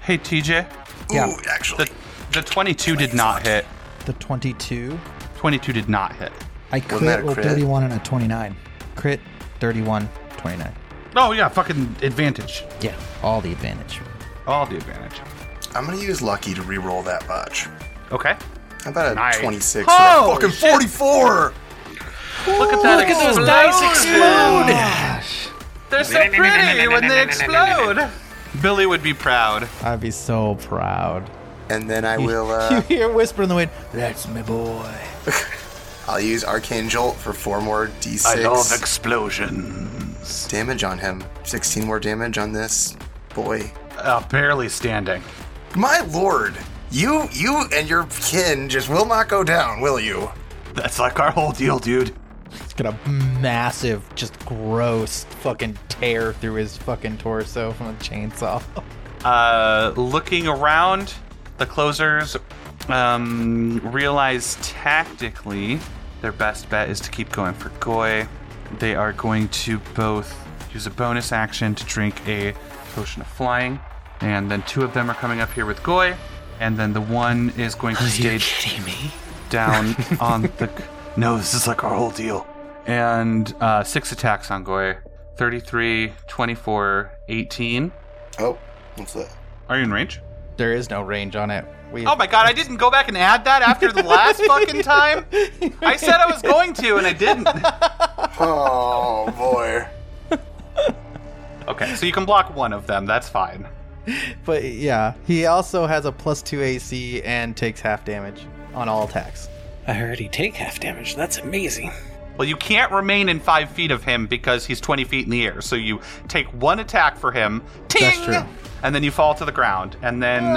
Hey TJ, Yeah. ooh, actually, the the 22 did not hit. The 22. 22 did not hit. I that crit a with crit? 31 and a 29. Crit, 31, 29. Oh yeah, fucking advantage. Yeah, all the advantage. All the advantage. I'm gonna use lucky to re-roll that botch. Okay. How about a Nice. 26 for Oh, a fucking shit. 44? Look at that! Look at those dice explode. They're so pretty when they explode. Billy would be proud. I'd be so proud. And then I will. Uh, you hear a whisper in the wind. That's my boy. I'll use Arcane Jolt for four more d6 explosions. damage on him. 16 more damage on this boy. Uh, barely standing. My lord, you, you, and your kin just will not go down, will you? That's like our whole deal, dude. It's got a massive, just gross fucking tear through his fucking torso from a chainsaw. Uh, looking around, the closers um, realize tactically their best bet is to keep going for Goy. They are going to both use a bonus action to drink a potion of flying, and then two of them are coming up here with Goy, and then the one is going to stage kidding me? down on the. No, this is like our whole deal. And uh, six attacks on Goy 33, 24, 18. Oh, what's that? Are you in range? There is no range on it. We, Oh my god, I didn't go back and add that after the last fucking time. I said I was going to and I didn't. Oh boy. Okay, so you can block one of them. That's fine. But yeah, he also has a plus two AC and takes half damage on all attacks. I heard he take half damage. That's amazing. Well, you can't remain in five feet of him because he's 20 feet in the air. So you take one attack for him. Ting! That's true. and then you fall to the ground, and then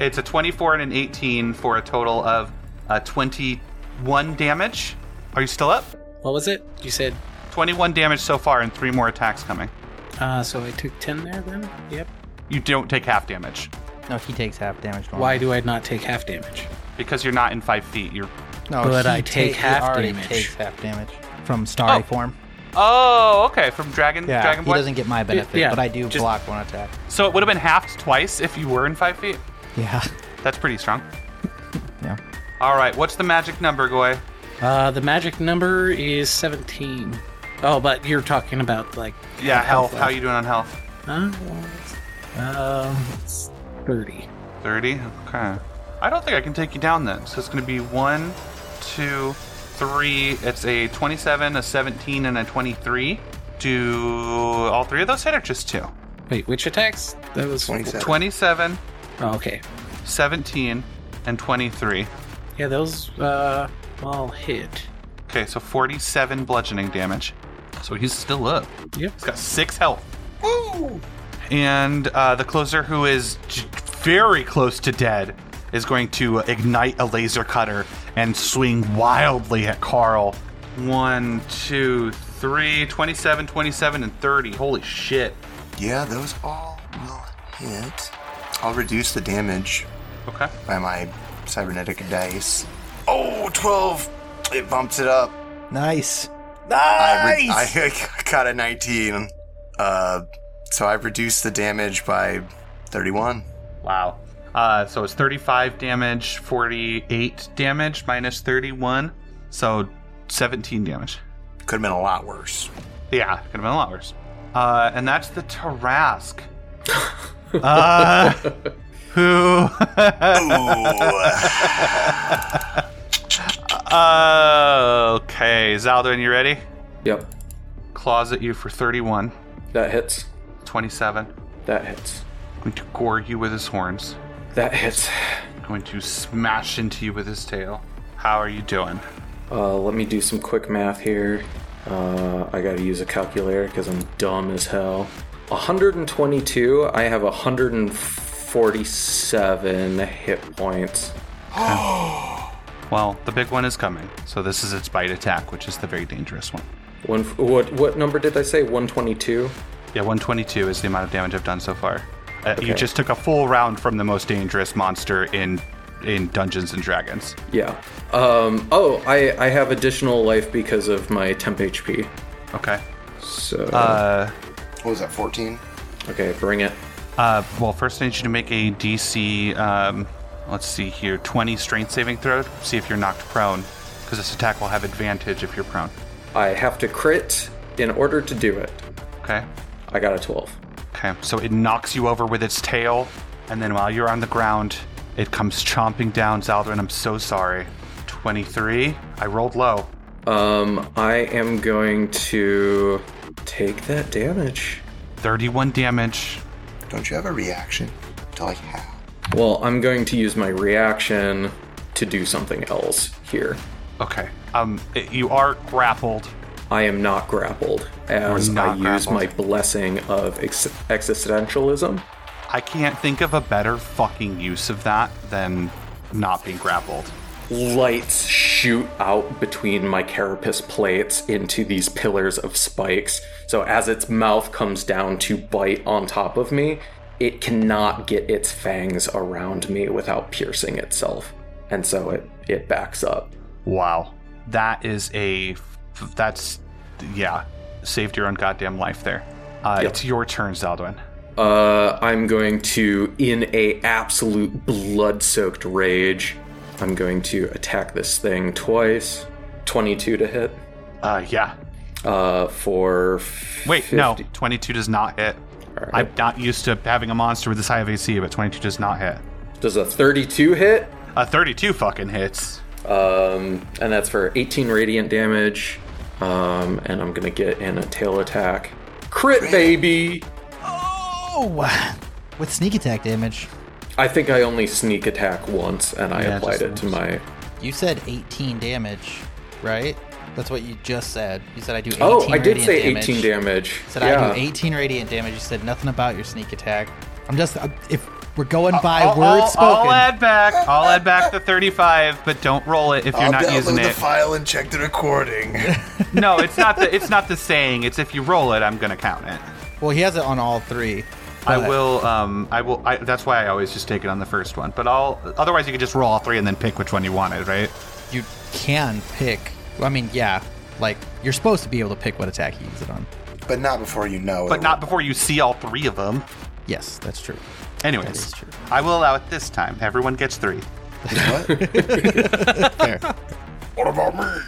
it's a 24 and an 18 for a total of uh, 21 damage. Are you still up? What was it? You said 21 damage so far, and three more attacks coming. Uh, so I took 10 there then? Yep. You don't take half damage No, he takes half damage. normally. Why do I not take half damage? because you're not in five feet. You're. No, But he I take he half already damage. Takes half damage from starry Oh. form. Oh, okay. From dragon, Yeah, dragon He blood. doesn't get my benefit, yeah, but I do just- block one attack. So it would have been halved twice if you were in five feet. Yeah, That's pretty strong. yeah. All right. What's the magic number, Goy? Uh, the magic number is 17. Oh, but you're talking about like. Yeah, health. health. How you doing on health? Uh, well, it's- um, it's 30. 30? Okay. I don't think I can take you down then. So it's going to be one, two, three. It's a 27, a 17, and a 23. Do all three of those hit or just two? Wait, which attacks? That was 27. 27, Oh, okay. 17, and 23. Yeah, those uh, all hit. Okay, so 47 bludgeoning damage. So he's still up. Yep. He's got six health. Woo! And uh, the closer who is j- very close to dead is going to ignite a laser cutter and swing wildly at Carl. One, two, three, 27, 27, and 30. Holy shit. Yeah, those all will hit. I'll reduce the damage Okay. by my cybernetic dice. Oh, 12! It bumps it up. Nice. I, re- I got a 19. Uh, so I've reduced the damage by 31. Wow. Uh, so it's 35 damage, 48 damage, minus 31. So 17 damage. Could have been a lot worse. Yeah, could have been a lot worse. Uh, and that's the Tarask. uh, who? Ooh. okay, Zaldwin, you ready? Yep. Claws at you for 31, That hits. 27. That hits. Going to gore you with his horns. That hits. Going to smash into you with his tail. How are you doing? Uh, let me do some quick math here. Uh, I gotta use a calculator because I'm dumb as hell. 122. I have 147 hit points. Well, the big one is coming, so this is its bite attack, which is the very dangerous one. One. What? What number did I say? 122. Yeah, 122 is the amount of damage I've done so far. Uh, You just took a full round from the most dangerous monster in in Dungeons and Dragons. Yeah. Um. Oh, I I have additional life because of my temp HP. Okay. So. Uh, What was that? Fourteen. okay, bring it. uh, well, first I need you to make a DC. Um, let's see here, 20 strength saving throw. to See if you're knocked prone, because this attack will have advantage if you're prone. I have to crit in order to do it. Okay. I got a 12. Okay. So it knocks you over with its tail, and then while you're on the ground, it comes chomping down Zaldwin. I'm so sorry. 23. I rolled low. Um, I am going to take that damage. 31 damage. Don't you have a reaction to like how? Well, I'm going to use my reaction to do something else here. Okay. Um, it- you are grappled. I am not grappled as You're not I use grappled. my blessing of ex- existentialism. I can't think of a better fucking use of that than not being grappled. Lights shoot out between my carapace plates into these pillars of spikes. So as its mouth comes down to bite on top of me, it cannot get its fangs around me without piercing itself. And so it, it backs up. Wow. That is a. That's. Yeah. Saved your own goddamn life there. Uh, Yep. It's your turn, Zeldwin. Uh, I'm going to, in a absolute blood-soaked rage, I'm going to attack this thing twice. 22 to hit. Uh, yeah. Uh, for f- Wait, no. 50 22 does not hit. All right. I'm not used to having a monster with this high of AC, but 22 does not hit. Does a 32 hit? Uh, 32 fucking hits. Um, and that's for 18 radiant damage. Um, and I'm gonna get in a tail attack. Crit, baby! Oh, with sneak attack damage. I think I only sneak attack once, and I Yeah, applied just it to my. You said 18 damage, right? That's what you just said. You said I do 18 Oh, I did radiant say damage. 18 damage. Said yeah. I do 18 radiant damage. You said nothing about your sneak attack. I'm just uh, if we're going by I'll, word I'll- spoken. I'll add back. I'll add back the 35, but don't roll it if you're I'll not download using the it. file and check the recording. no, it's not the it's not the saying. It's if you roll it, I'm gonna count it. well, he has it on all three. I but- will. Um, I will. I, that's why I always just take it on the first one. But I'll. Otherwise, you could just roll all three and then pick which one you wanted, right? You can pick. I mean, yeah, like you're supposed to be able to pick what attack you use it on. But not before you know But not before you see all three of them. Yes, that's true. Anyways, That is true. I will allow it this time. Everyone gets three. What about me?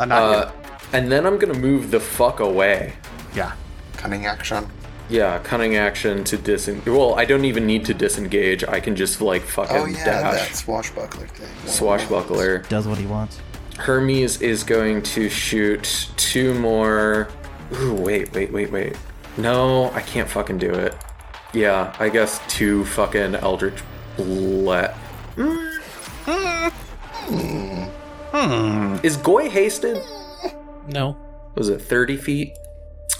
Uh, not Uh, and then I'm gonna move the fuck away. Yeah. Cunning action. Yeah, cunning action to disengage. Well, I don't even need to disengage. I can just like fucking Oh yeah, dash. that swashbuckler thing. Swashbuckler. Does what he wants. Hermes is going to shoot two more. Ooh, wait, wait, wait, wait. No, I can't fucking do it. Yeah, I guess two fucking Eldritch Blet. Hmm. Is Goy hasted? No. Was it 30 feet?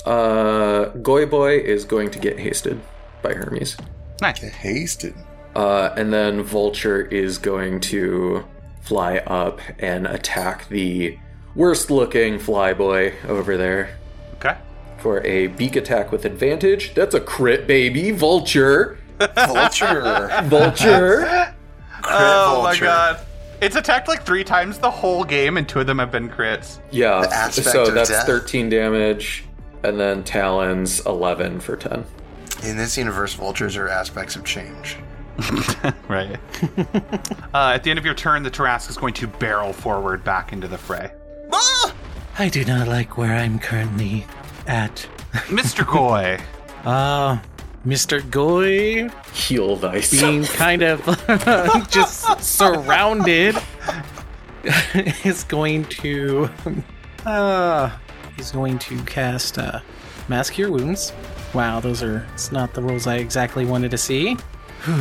Uh, Goy Boy is going to get hasted by Hermes. Nice. Hasted. Uh, and then Vulture is going to fly up and attack the worst looking flyboy over there Okay. for a beak attack with advantage. That's a crit, baby. Vulture. Vulture. Vulture. Oh vulture. my god. It's attacked like three times the whole game, and two of them have been crits. yeah. The aspect So of that's death. 13 damage. And then Talons, 11 for 10. In this universe, vultures are aspects of change. Right. uh, at the end of your turn, the Tarrasque is going to barrel forward back into the fray. I do not like where I'm currently at. Mr. Goy. Uh, Mr. Goy Heal thyself. being kind of just surrounded is going to uh he's going to cast uh mask cure wounds wow those are it's not the rules i exactly wanted to see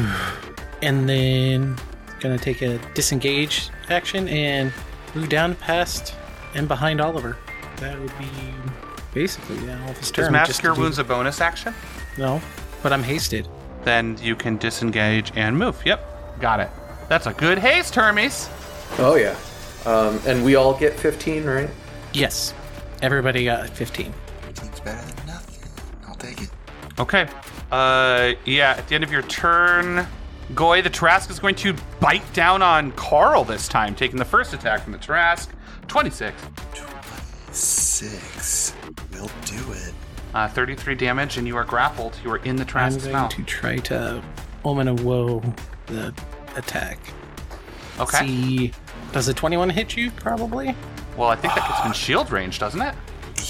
and then gonna take a disengage action and move down past and behind oliver that would be basically yeah all of his turn Is just to Massacre do- Wounds a bonus action? no but i'm hasted Then you can disengage and move. Yep. Got it. That's a good haste, Hermes. Oh, yeah. Um, and we all get 15, right? yes everybody got 15 It's better than nothing. I'll take it. Okay. Uh, yeah, at the end of your turn, Goy the Tarrasque is going to bite down on Carl this time, taking the first attack from the Tarrasque. 26. Six. We'll do it. Uh, 33 damage, and you are grappled. You are in the I'm Tarrasque's going mouth. to try to omen of woe the attack. Okay. See, does a 21 hit you? Probably. Well, I think that Ah. gets in shield range, doesn't it?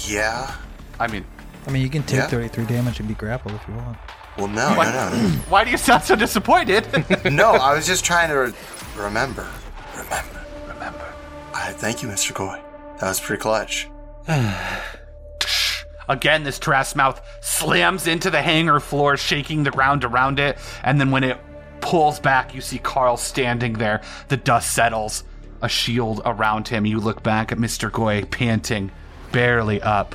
Yeah. I mean, I mean, you can take Yeah. 33 damage and be grappled if you want. Well, no, no, no, why do you sound so disappointed? no. No, I was just trying to re- remember. Remember. Remember. I thank you, Mr. Goy. That was pretty clutch. Again, this Tarrasque's mouth slams into the hangar floor, shaking the ground around it. And then when it pulls back, you see Carl standing there. The dust settles, a shield around him. You look back at Mr. Goy, panting, barely up,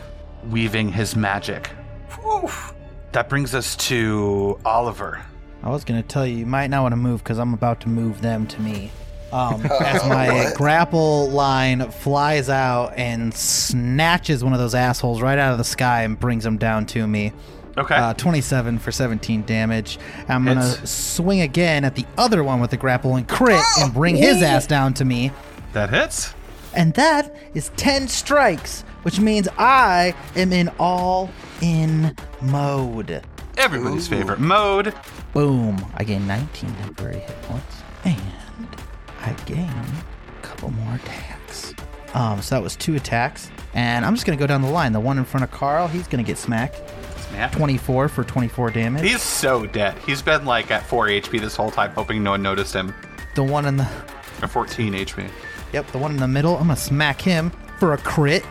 weaving his magic. That brings us to Oliver. I was gonna tell you, you might not want to move because I'm about to move them to me. Um, Oh, as my grapple line flies out and snatches one of those assholes right out of the sky and brings him down to me. Okay. Uh, 27 for 17 damage. I'm gonna Hits. swing again at the other one with the grapple and crit Oh, and bring his ass down to me. that hits. And that is 10 strikes, which means I am in all in mode. Everybody's favorite mode. Boom. I gain 19 temporary hit points. And I gain a couple more attacks. Um, so that was two attacks. And I'm just going to go down the line. The one in front of Carl, he's going to get smacked. Snap. 24 for 24 damage. He's so dead. He's been like at 4 HP this whole time, hoping no one noticed him. the one in the Or 14 HP. Yep, the one in the middle. I'm going to smack him for a crit.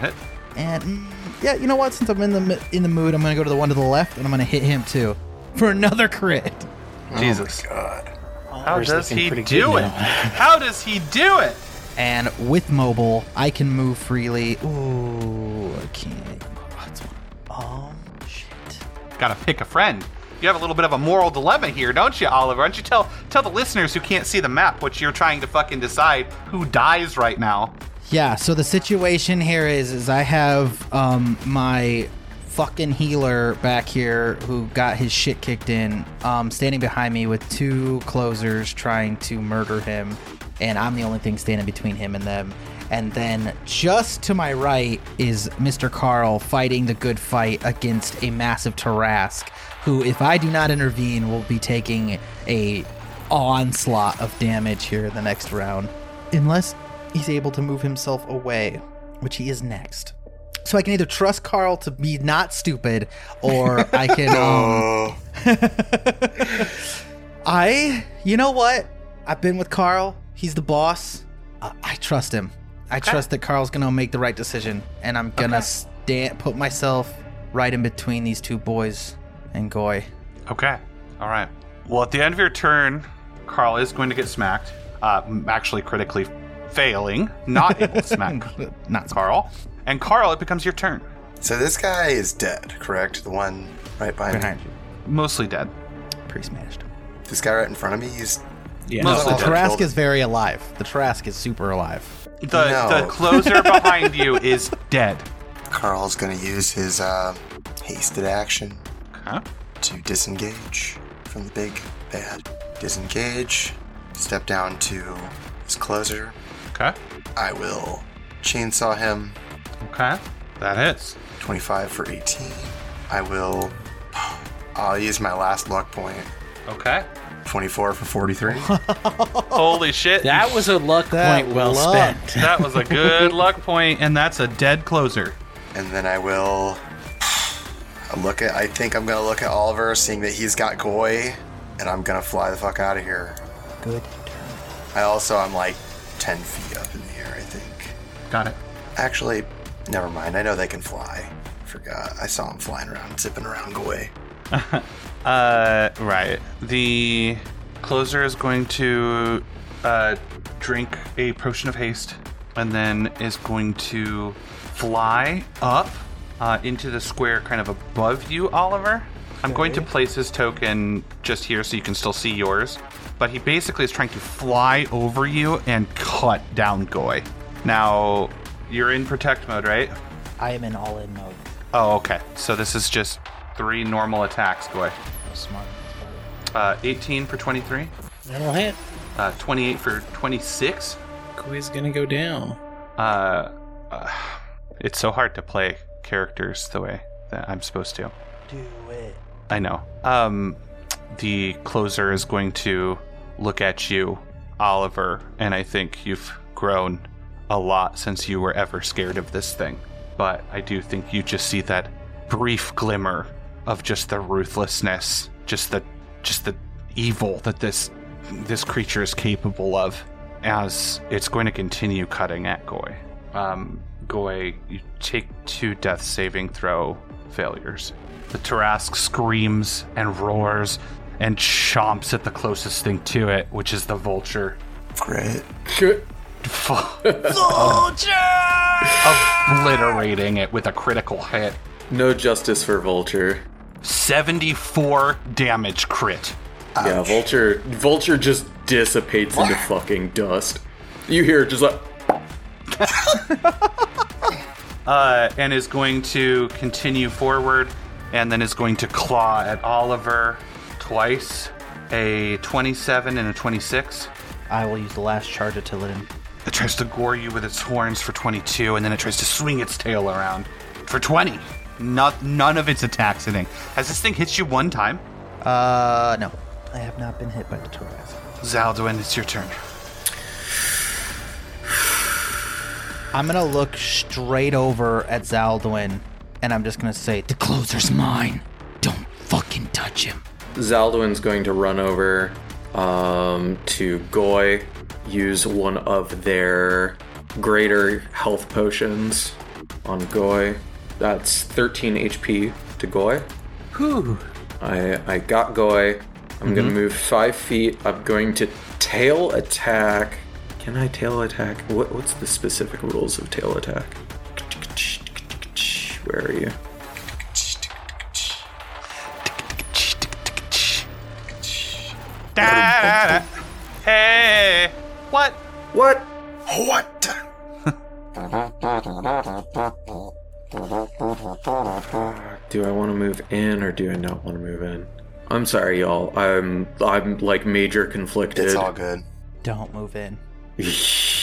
Hit. And mm, yeah, you know what? Since I'm in the mi- in the mood, I'm going to go to the one to the left and I'm going to hit him too for another crit. Jesus. God. How Oliver's does looking he pretty do good it? now. How does he do it? And with mobile, I can move freely. Ooh, I can't. That's one. Um, shit. Gotta pick a friend. You have a little bit of a moral dilemma here, don't you, Oliver? Why don't you tell tell the listeners who can't see the map what you're trying to fucking decide who dies right now? Yeah, so the situation here is is I have um my fucking healer back here who got his shit kicked in, um standing behind me with two closers trying to murder him, and I'm the only thing standing between him and them. And then just to my right is Mr. Carl fighting the good fight against a massive Tarask, who if I do not intervene will be taking a onslaught of damage here in the next round. Unless he's able to move himself away, which he is next. So I can either trust Carl to be not stupid, or I can. Um, I, you know what? I've been with Carl. He's the boss. Uh, I trust him. I trust that Carl's gonna make the right decision, and I'm gonna stand, put myself right in between these two boys and Goy. Okay. All right. Well, at the end of your turn, Carl is going to get smacked. Uh, m- actually, critically failing, not able to smack Not Carl. And Carl, it becomes your turn. So this guy is dead, correct? The one right behind, behind me. you. Mostly dead. Pretty smashed. This guy right in front of me. He's Yeah. Mostly The Oh, dead. Trask killed. is very alive. The Trask is super alive. The, No. the closer behind you is dead. Carl's gonna use his uh, hasted action Okay. to disengage from the big bad. Disengage. Step down to his closer. Okay. I will chainsaw him. Okay. That hits. 25 for 18. I will. I'll use my last luck point. Okay. 24 for 43. Holy shit. That was a luck That point well luck. spent. that was a good luck point, and that's a dead closer. and then I will I look at. I think I'm gonna look at Oliver, seeing that he's got Goy, and I'm gonna fly the fuck out of here. Good. I also I'm like 10 feet up in the air. I think. Got it. Actually, never mind. I know they can fly. Forgot. I saw him flying around, zipping around Goy. Uh, right. The closer is going to uh, drink a potion of haste, and then is going to fly up uh, into the square, kind of above you, Oliver. I'm going to place his token just here so you can still see yours. But he basically is trying to fly over you and cut down Goy. Now, you're in protect mode, right? I am in all in mode. Oh, okay. So this is just three normal attacks, Goy. Smart. Uh, 18 for 23, That'll hit. uh, 28 for 26. Koi's gonna go down. Uh, uh, it's so hard to play characters the way that I'm supposed to. Do it. I know. Um, the closer is going to look at you, Oliver, and I think you've grown a lot since you were ever scared of this thing. But I do think you just see that brief glimmer of just the ruthlessness, just the just the evil that this this creature is capable of, as it's going to continue cutting at Goy. Um, Goy, you take two death saving throw failures. The Tarask screams and roars and chomps at the closest thing to it, which is the vulture. Great. obliterating it with a critical hit. No justice for Vulture. 74 damage crit. Yeah, Vulture. Vulture just dissipates into fucking dust. You hear it just like Uh, and is going to continue forward and then is going to claw at Oliver twice a 27 and a 26. I will use the last charger to let him. It tries to gore you with its horns for 22, and then it tries to swing its tail around for 20. Not, none of its attacks hitting. Has this thing hit you one time? Uh, no. I have not been hit by the Torres. Zaldwin, it's your turn. I'm gonna look straight over at Zaldwin, and I'm just gonna say, "The closer's mine. Don't fucking touch him." Zaldwin's going to run over um, to Goy, use one of their greater health potions on Goy. That's 13 HP to Goy. Whew. I, I got Goy. I'm going to move five feet. I'm going to tail attack. Can I tail attack? What, what's the specific rules of tail attack? Where are you? What? What? Do I want to move in or do I not want to move in? I'm sorry, y'all. I'm I'm like major conflicted. It's all good. Don't move in.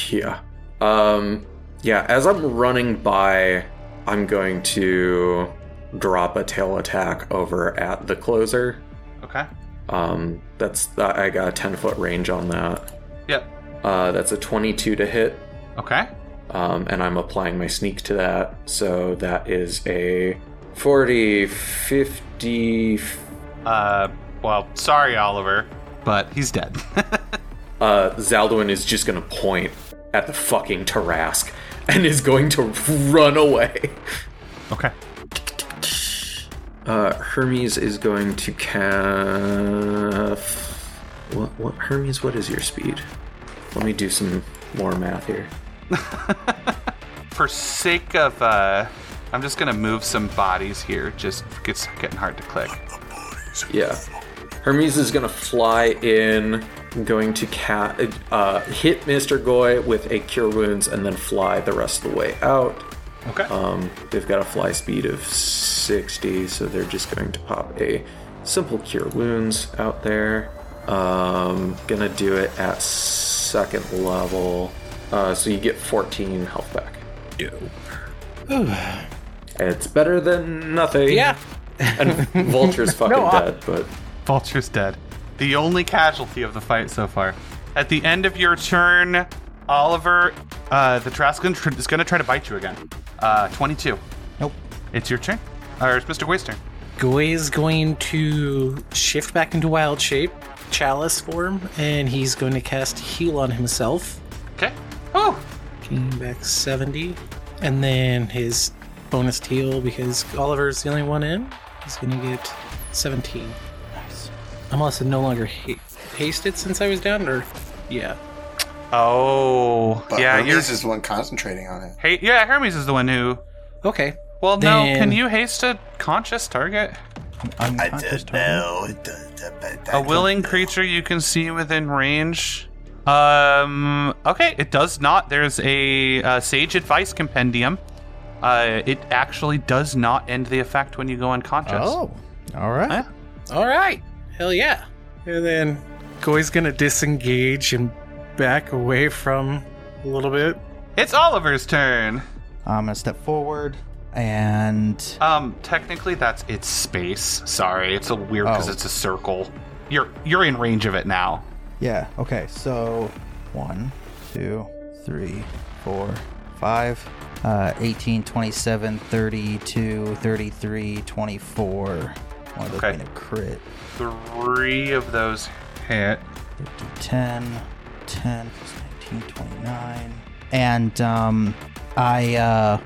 yeah. Um. Yeah. As I'm running by, I'm going to drop a tail attack over at the closer. Okay. Um. That's I got a 10 foot range on that. Yep. Uh. That's a 22 to hit. Okay. um, and I'm applying my sneak to that. So that is a 40, 50. Uh, well, sorry, Oliver, but he's dead. Uh, Zaldwin is just going to point at the fucking Tarask and is going to run away. okay. Uh, Hermes is going to cast. What, what, Hermes, what is your speed? Let me do some more math here. For sake of, uh, I'm just gonna move some bodies here. Just it's getting hard to click. Yeah. Hermes is going to fly in, going to cat, uh, hit Mr. Goy with a cure wounds, and then fly the rest of the way out. Okay. Uh, Um, they've got a fly speed of 60, so they're just going to pop a simple cure wounds out there. Um, gonna do it at second level. Uh, so you get 14 health back. It's better than nothing. Yeah. And Vulture's fucking No, I- dead, but. Vulture's dead. The only casualty of the fight so far. At the end of your turn, Oliver, uh, the Traskin tr- is gonna try to bite you again. Uh, 22. Nope. It's your turn. Or it's Mr. Goy's turn. Goy is going to shift back into wild shape, chalice form, and he's going to cast heal on himself. Okay. Oh, Gain back 70. And then his bonus heal, because Oliver's the only one in, he's going to get 17. Nice. I'm also no longer ha- hasted since I was down, or. Yeah. Oh, But yeah, yeah. You're, Hermes is the one concentrating on it. hey, yeah, Hermes is the one who. Okay. Well, no, Then- can you haste a conscious target? I don't know. I don't- I A don't- willing creature you can see within range. Um. Okay, it does not. There's a uh, sage advice compendium. Uh, it actually does not end the effect when you go unconscious. Oh, all right. Huh? All right. Hell yeah. And then Goy's going to disengage and back away from a little bit. It's Oliver's turn. I'm gonna step forward and Um, technically that's its space. Sorry, it's a weird because Oh. it's a circle. You're you're in range of it now. yeah. Okay, so One, two, three, four, five. Uh, 18, 27, 32, 33, 24. One of those Okay. being a crit. Three of those hit. 10, 10 plus 19, 29. And um, I uh,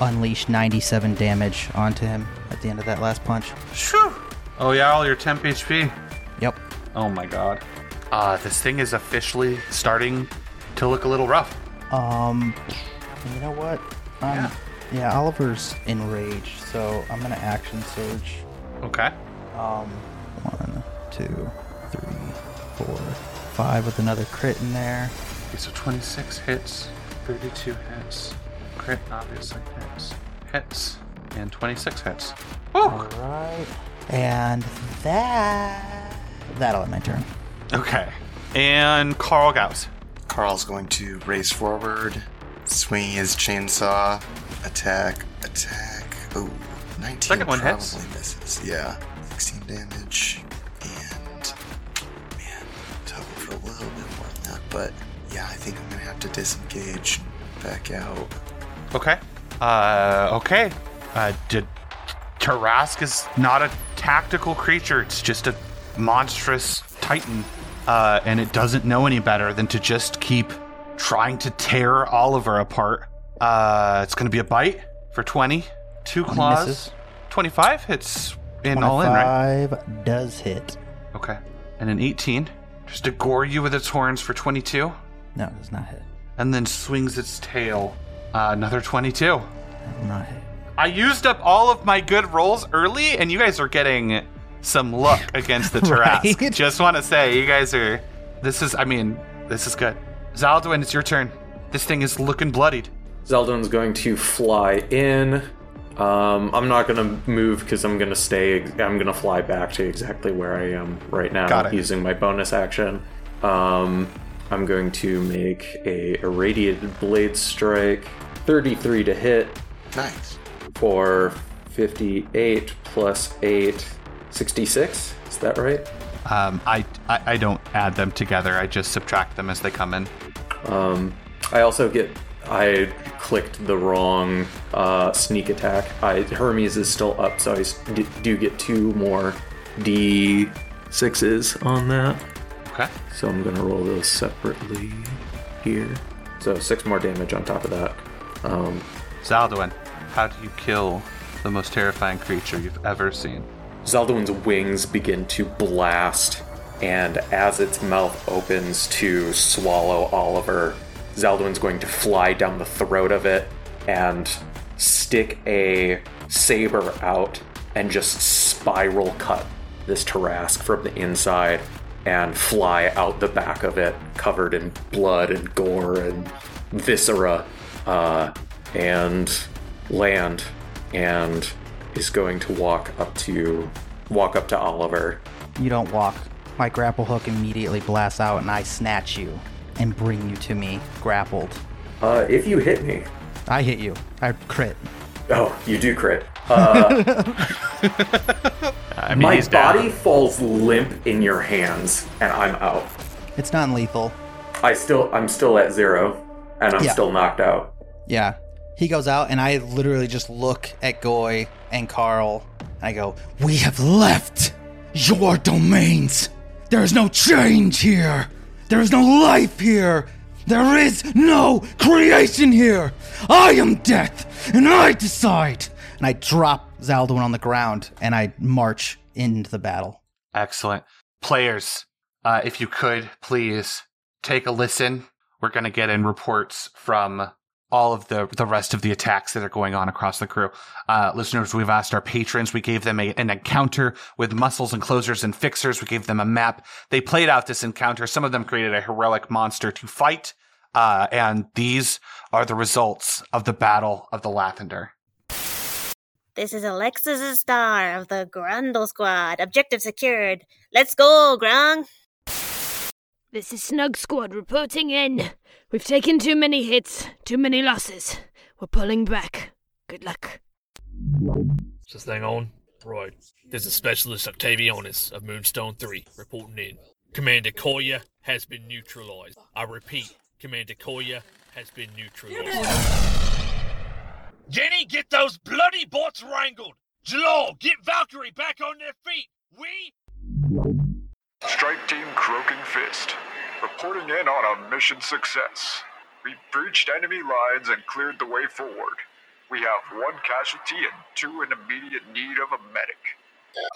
unleashed 97 damage onto him at the end of that last punch. Phew. Oh yeah, all your temp HP. Yep. Oh my god. Uh, this thing is officially starting to look a little rough. Um, and you know what? Um, yeah. Oliver's enraged, so I'm going to action surge. Okay. Um, one, two, three, four, five with another crit in there. Okay, so 26 hits, 32 hits, crit obviously hits, hits, and 26 hits. Woo! Right. And that. That'll end my turn. Okay. And Carl Gauss. Carl's going to race forward, swing his chainsaw, attack, attack. Oh, 19 Second one probably hits. misses. Yeah, 16 damage, and man, it's hoping for a little bit more than that. But yeah, I think I'm gonna have to disengage, and back out. Okay. Uh, okay. Uh, did Tarask is not a tactical creature. It's just a monstrous titan, uh, and it doesn't know any better than to just keep trying to tear Oliver apart. Uh, it's going to be a bite for 20, two claws, misses. 25 hits in all in, right? Five does hit. Okay. And an 18. Just to gore you with its horns for 22, No, it does not hit. and then swings its tail. Uh, another 22. It will not hit. I used up all of my good rolls early, and you guys are getting some luck against the Tarask. Right? Just want to say, you guys are. This is, I mean, this is good. Zaldwin, it's your turn. This thing is looking bloodied. Zeldon's going to fly in. Um, I'm not going to move because I'm going to stay. I'm going to fly back to exactly where I am right now Got it. using my bonus action. Um, I'm going to make a irradiated blade strike, 33 to hit Nice. for 58 plus 8, 66. Is that right? Um, I, I I don't add them together. I just subtract them as they come in. Um, I also get. I clicked the wrong uh, sneak attack. I, Hermes is still up, so I s- d- do get two more d6s on that. Okay. So I'm gonna roll those separately here. So six more damage on top of that. Um, Zaldwin, how do you kill the most terrifying creature you've ever seen? Zeldwin's wings begin to blast, and as its mouth opens to swallow Oliver, Zeldwin's going to fly down the throat of it and stick a saber out and just spiral cut this Tarask from the inside and fly out the back of it, covered in blood and gore and viscera, uh, and land and is going to walk up to walk up to Oliver. You don't walk. My grapple hook immediately blasts out, and I snatch you and bring you to me, grappled. Uh, if you hit me, I hit you. I crit. oh, you do crit. Uh, I mean, my he's down. body falls limp in your hands, and I'm out. It's non lethal. I still, I'm still at zero, and I'm Yeah. still knocked out. Yeah. He goes out, and I literally just look at Goy and Carl, and I go, We have left your domains. There is no change here. There is no life here. There is no creation here. I am death, and I decide. And I drop Zaldwin on the ground, and I march into the battle. Excellent. Players, uh, if you could please take a listen. We're going to get in reports from all of the, the rest of the attacks that are going on across the crew. Uh, listeners, we've asked our patrons. We gave them a, an encounter with muscles and closers and fixers. We gave them a map. They played out this encounter. Some of them created a heroic monster to fight. Uh, and these are the results of the Battle of the Lathander. This is Alexis' star of the Grundle Squad. Objective secured. Let's go, Grung. This is Snug Squad reporting in. We've taken too many hits, too many losses. We're pulling back. Good luck. Is this thing on? Right. This is Specialist Octavianus of Moonstone 3 reporting in. Commander Koya has been neutralized. I repeat, Commander Koya has been neutralized. Jenny, get those bloody bots wrangled! Jalal, get Valkyrie back on their feet! We Strike Team Croaking Fist, reporting in on a mission success. We've breached enemy lines and cleared the way forward. We have one casualty and two in immediate need of a medic.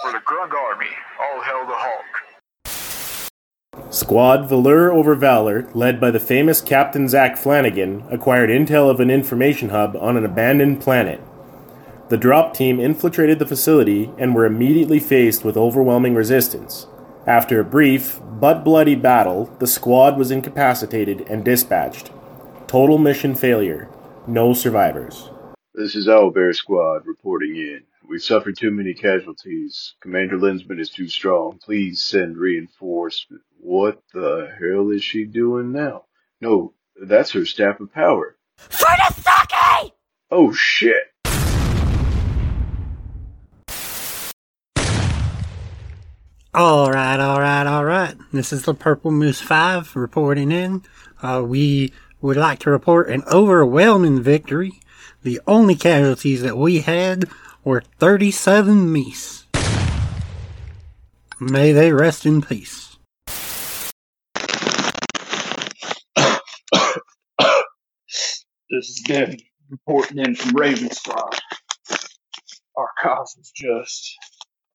For the Grung Army, all hail the Hulk. Squad Valor over Valor, led by the famous Captain Zack Flanagan, acquired intel of an information hub on an abandoned planet. The drop team infiltrated the facility and were immediately faced with overwhelming resistance. After a brief, but bloody battle, the squad was incapacitated and dispatched. Total mission failure. No survivors. This is Owlbear Squad reporting in. We've suffered too many casualties. Commander Linsman is too strong. Please send reinforcement. What the hell is she doing now? No, that's her staff of power. Furnace Oh shit! All right, all right, all right. This is the Purple Moose 5 reporting in. Uh, we would like to report an overwhelming victory. The only casualties that we had were 37 meese. May they rest in peace. This is Devin reporting in from Ravenscroft. Our cause was just.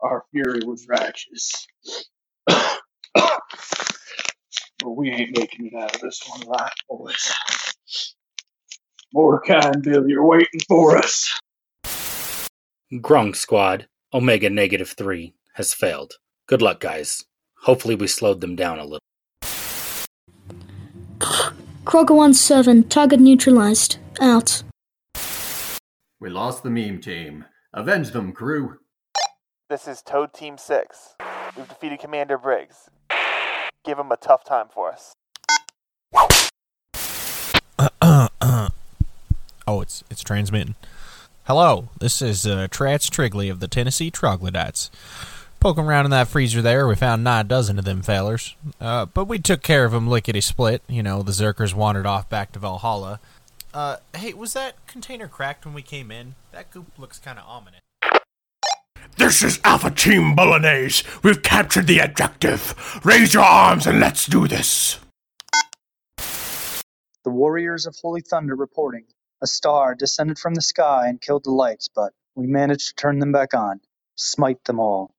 Our fury was righteous. but we ain't making it out of this one alive, boys. Mordecai and Billy are waiting for us. Grung Squad, Omega Negative 3, has failed. Good luck, guys. Hopefully, we slowed them down a little. Kroger 1 7, target neutralized. Out. We lost the meme team. Avenge them, crew. This is Toad Team 6. We've defeated Commander Briggs. Give him a tough time for us. Oh, it's it's transmitting. Hello, this is uh, Trats Trigley of the Tennessee Troglodytes. Poking around in that freezer there, we found nigh a dozen of them fellers. Uh, but we took care of them lickety split. You know, the Zerkers wandered off back to Valhalla. Uh, hey, was that container cracked when we came in? That goop looks kind of ominous. This is Alpha Team Bolognese. We've captured the objective. Raise your arms and let's do this. The warriors of Holy Thunder reporting. A star descended from the sky and killed the lights, but we managed to turn them back on. Smite them all.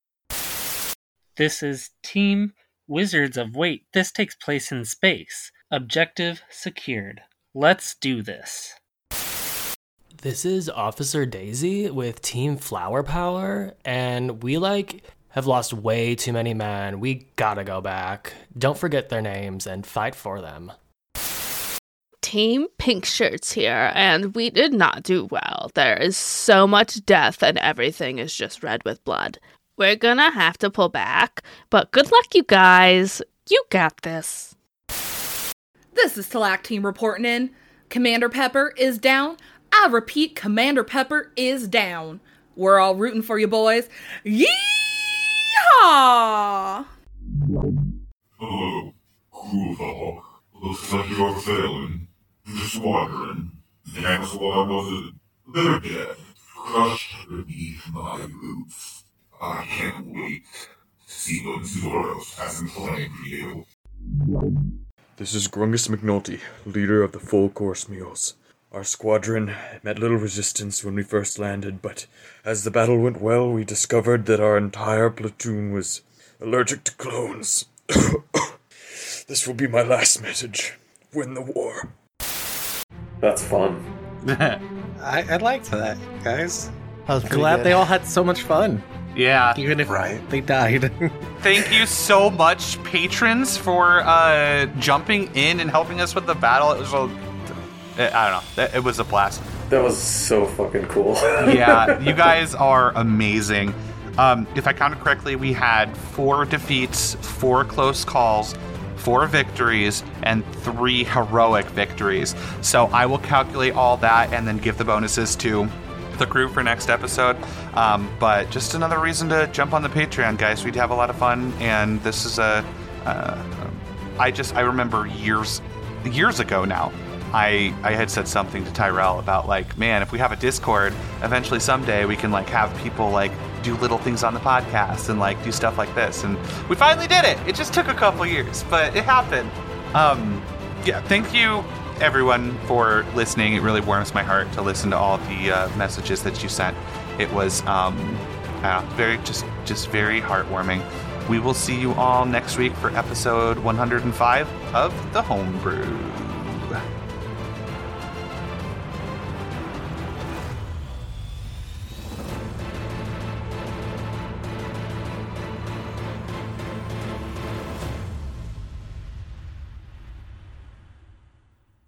This is Team Wizards of Wait. This takes place in space. Objective secured. Let's do this. This is Officer Daisy with Team Flower Power, and we like have lost way too many men. We gotta go back. Don't forget their names and fight for them. Team Pink Shirts here, and we did not do well. There is so much death, and everything is just red with blood. We're gonna have to pull back, but good luck, you guys. You got this. This is Talak Team reporting in. Commander Pepper is down. I repeat, Commander Pepper is down. We're all rooting for you, boys. Yeehaw! Hello, Kruval. Oh, Looks like you are failing. The squadron. The Gamma Squad was a They're dead. Crushed beneath my roof. I can't wait to see what Zoros has in plan for you. This is Grungus McNulty, leader of the Full Course Mules. Our squadron met little resistance when we first landed, but as the battle went well, we discovered that our entire platoon was allergic to clones. this will be my last message. Win the war. That's fun. I, I liked that, guys. That was pretty Glad good. they all had so much fun. Yeah. Even if they died. Thank you so much, patrons, for uh, jumping in and helping us with the battle. It was a, I don't know, It- it was a blast. That was so fucking cool. yeah, you guys are amazing. Um, if I counted correctly, we had four defeats, four close calls, four victories, and three heroic victories. So I will calculate all that and then give the bonuses to the crew for next episode. Um, but just another reason to jump on the Patreon, guys. We'd have a lot of fun, and this is a. Uh, I just I remember years years ago now. I I had said something to Tyrell about like, man, if we have a Discord, eventually someday we can like have people like do little things on the podcast and like do stuff like this. And we finally did it. It just took a couple years, but it happened. Um yeah, thank you everyone for listening. It really warms my heart to listen to all the uh, messages that you sent. It was um uh, very just just very heartwarming. We will see you all next week for episode 105 of the Homebrew.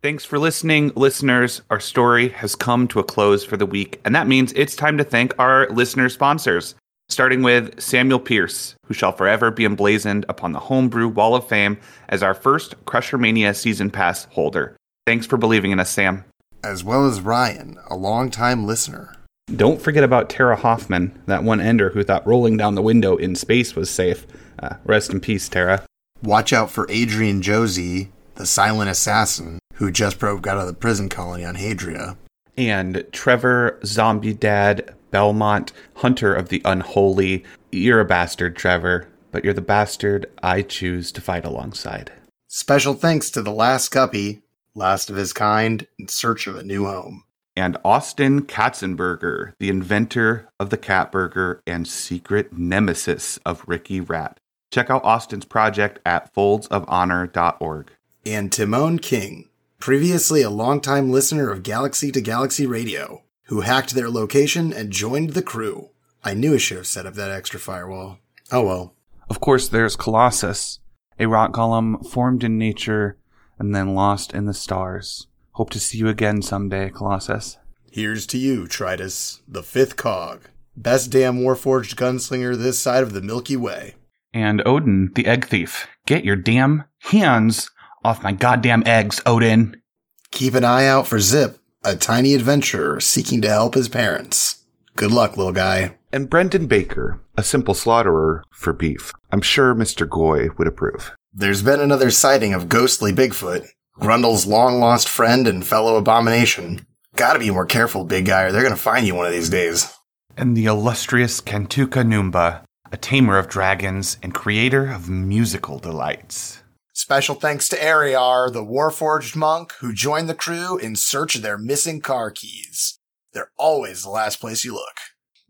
Thanks for listening, listeners. Our story has come to a close for the week, and that means it's time to thank our listener sponsors, starting with Samuel Pierce, who shall forever be emblazoned upon the Homebrew Wall of Fame as our first Crusher Mania season pass holder. Thanks for believing in us, Sam. As well as Ryan, a longtime listener. Don't forget about Tara Hoffman, that one ender who thought rolling down the window in space was safe. Uh, rest in peace, Tara. Watch out for Adrian Josie, the silent assassin who just broke out of the prison colony on Hadria. and Trevor, Zombie Dad, Belmont, Hunter of the Unholy. You're a bastard, Trevor, but you're the bastard I choose to fight alongside. Special thanks to the last guppy, last of his kind, in search of a new home. And Austin Katzenberger, the inventor of the cat burger and secret nemesis of Ricky Rat. Check out Austin's project at foldsofhonor.org. And Timon King, previously a longtime listener of Galaxy to Galaxy Radio, who hacked their location and joined the crew. I knew I should have set up that extra firewall. Oh well. Of course, there's Colossus, a rock golem formed in nature and then lost in the stars. Hope to see you again someday, Colossus. Here's to you, Tritus, the fifth cog, best damn warforged gunslinger this side of the Milky Way. And Odin, the egg thief, get your damn hands off my goddamn eggs, Odin. Keep an eye out for Zip, a tiny adventurer seeking to help his parents. Good luck, little guy. And Brendan Baker, a simple slaughterer for beef. I'm sure Mr. Goy would approve. There's been another sighting of ghostly Bigfoot, Grundle's long lost friend and fellow abomination. Gotta be more careful, big guy, or they're gonna find you one of these days. And the illustrious Kantuka Numba, a tamer of dragons and creator of musical delights. Special thanks to Ariar, the Warforged monk, who joined the crew in search of their missing car keys. They're always the last place you look.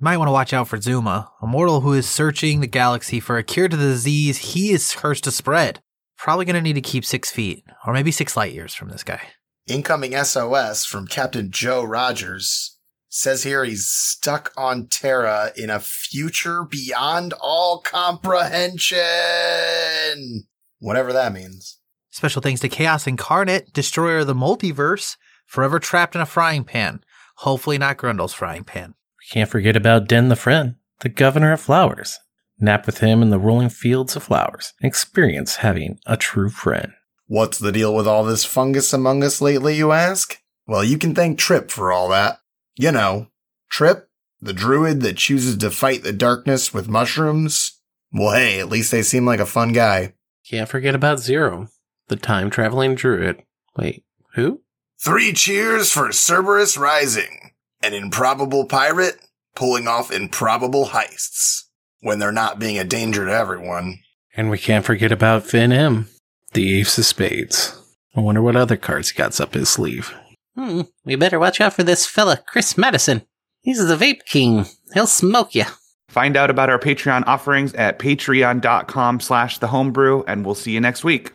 Might want to watch out for Zuma, a mortal who is searching the galaxy for a cure to the disease he is cursed to spread. Probably going to need to keep six feet, or maybe six light years from this guy. Incoming SOS from Captain Joe Rogers says here he's stuck on Terra in a future beyond all comprehension. Whatever that means. Special thanks to Chaos Incarnate, destroyer of the multiverse, forever trapped in a frying pan. Hopefully, not Grundle's frying pan. Can't forget about Den the Friend, the governor of flowers. Nap with him in the rolling fields of flowers and experience having a true friend. What's the deal with all this fungus among us lately, you ask? Well, you can thank Trip for all that. You know, Trip, the druid that chooses to fight the darkness with mushrooms. Well, hey, at least they seem like a fun guy. Can't forget about Zero, the time traveling druid. Wait, who? Three cheers for Cerberus Rising, an improbable pirate pulling off improbable heists when they're not being a danger to everyone. And we can't forget about Finn M, the ace of spades. I wonder what other cards he got up his sleeve. Hmm, we better watch out for this fella, Chris Madison. He's the vape king. He'll smoke ya. Find out about our Patreon offerings at patreon.com slash thehomebrew, and we'll see you next week.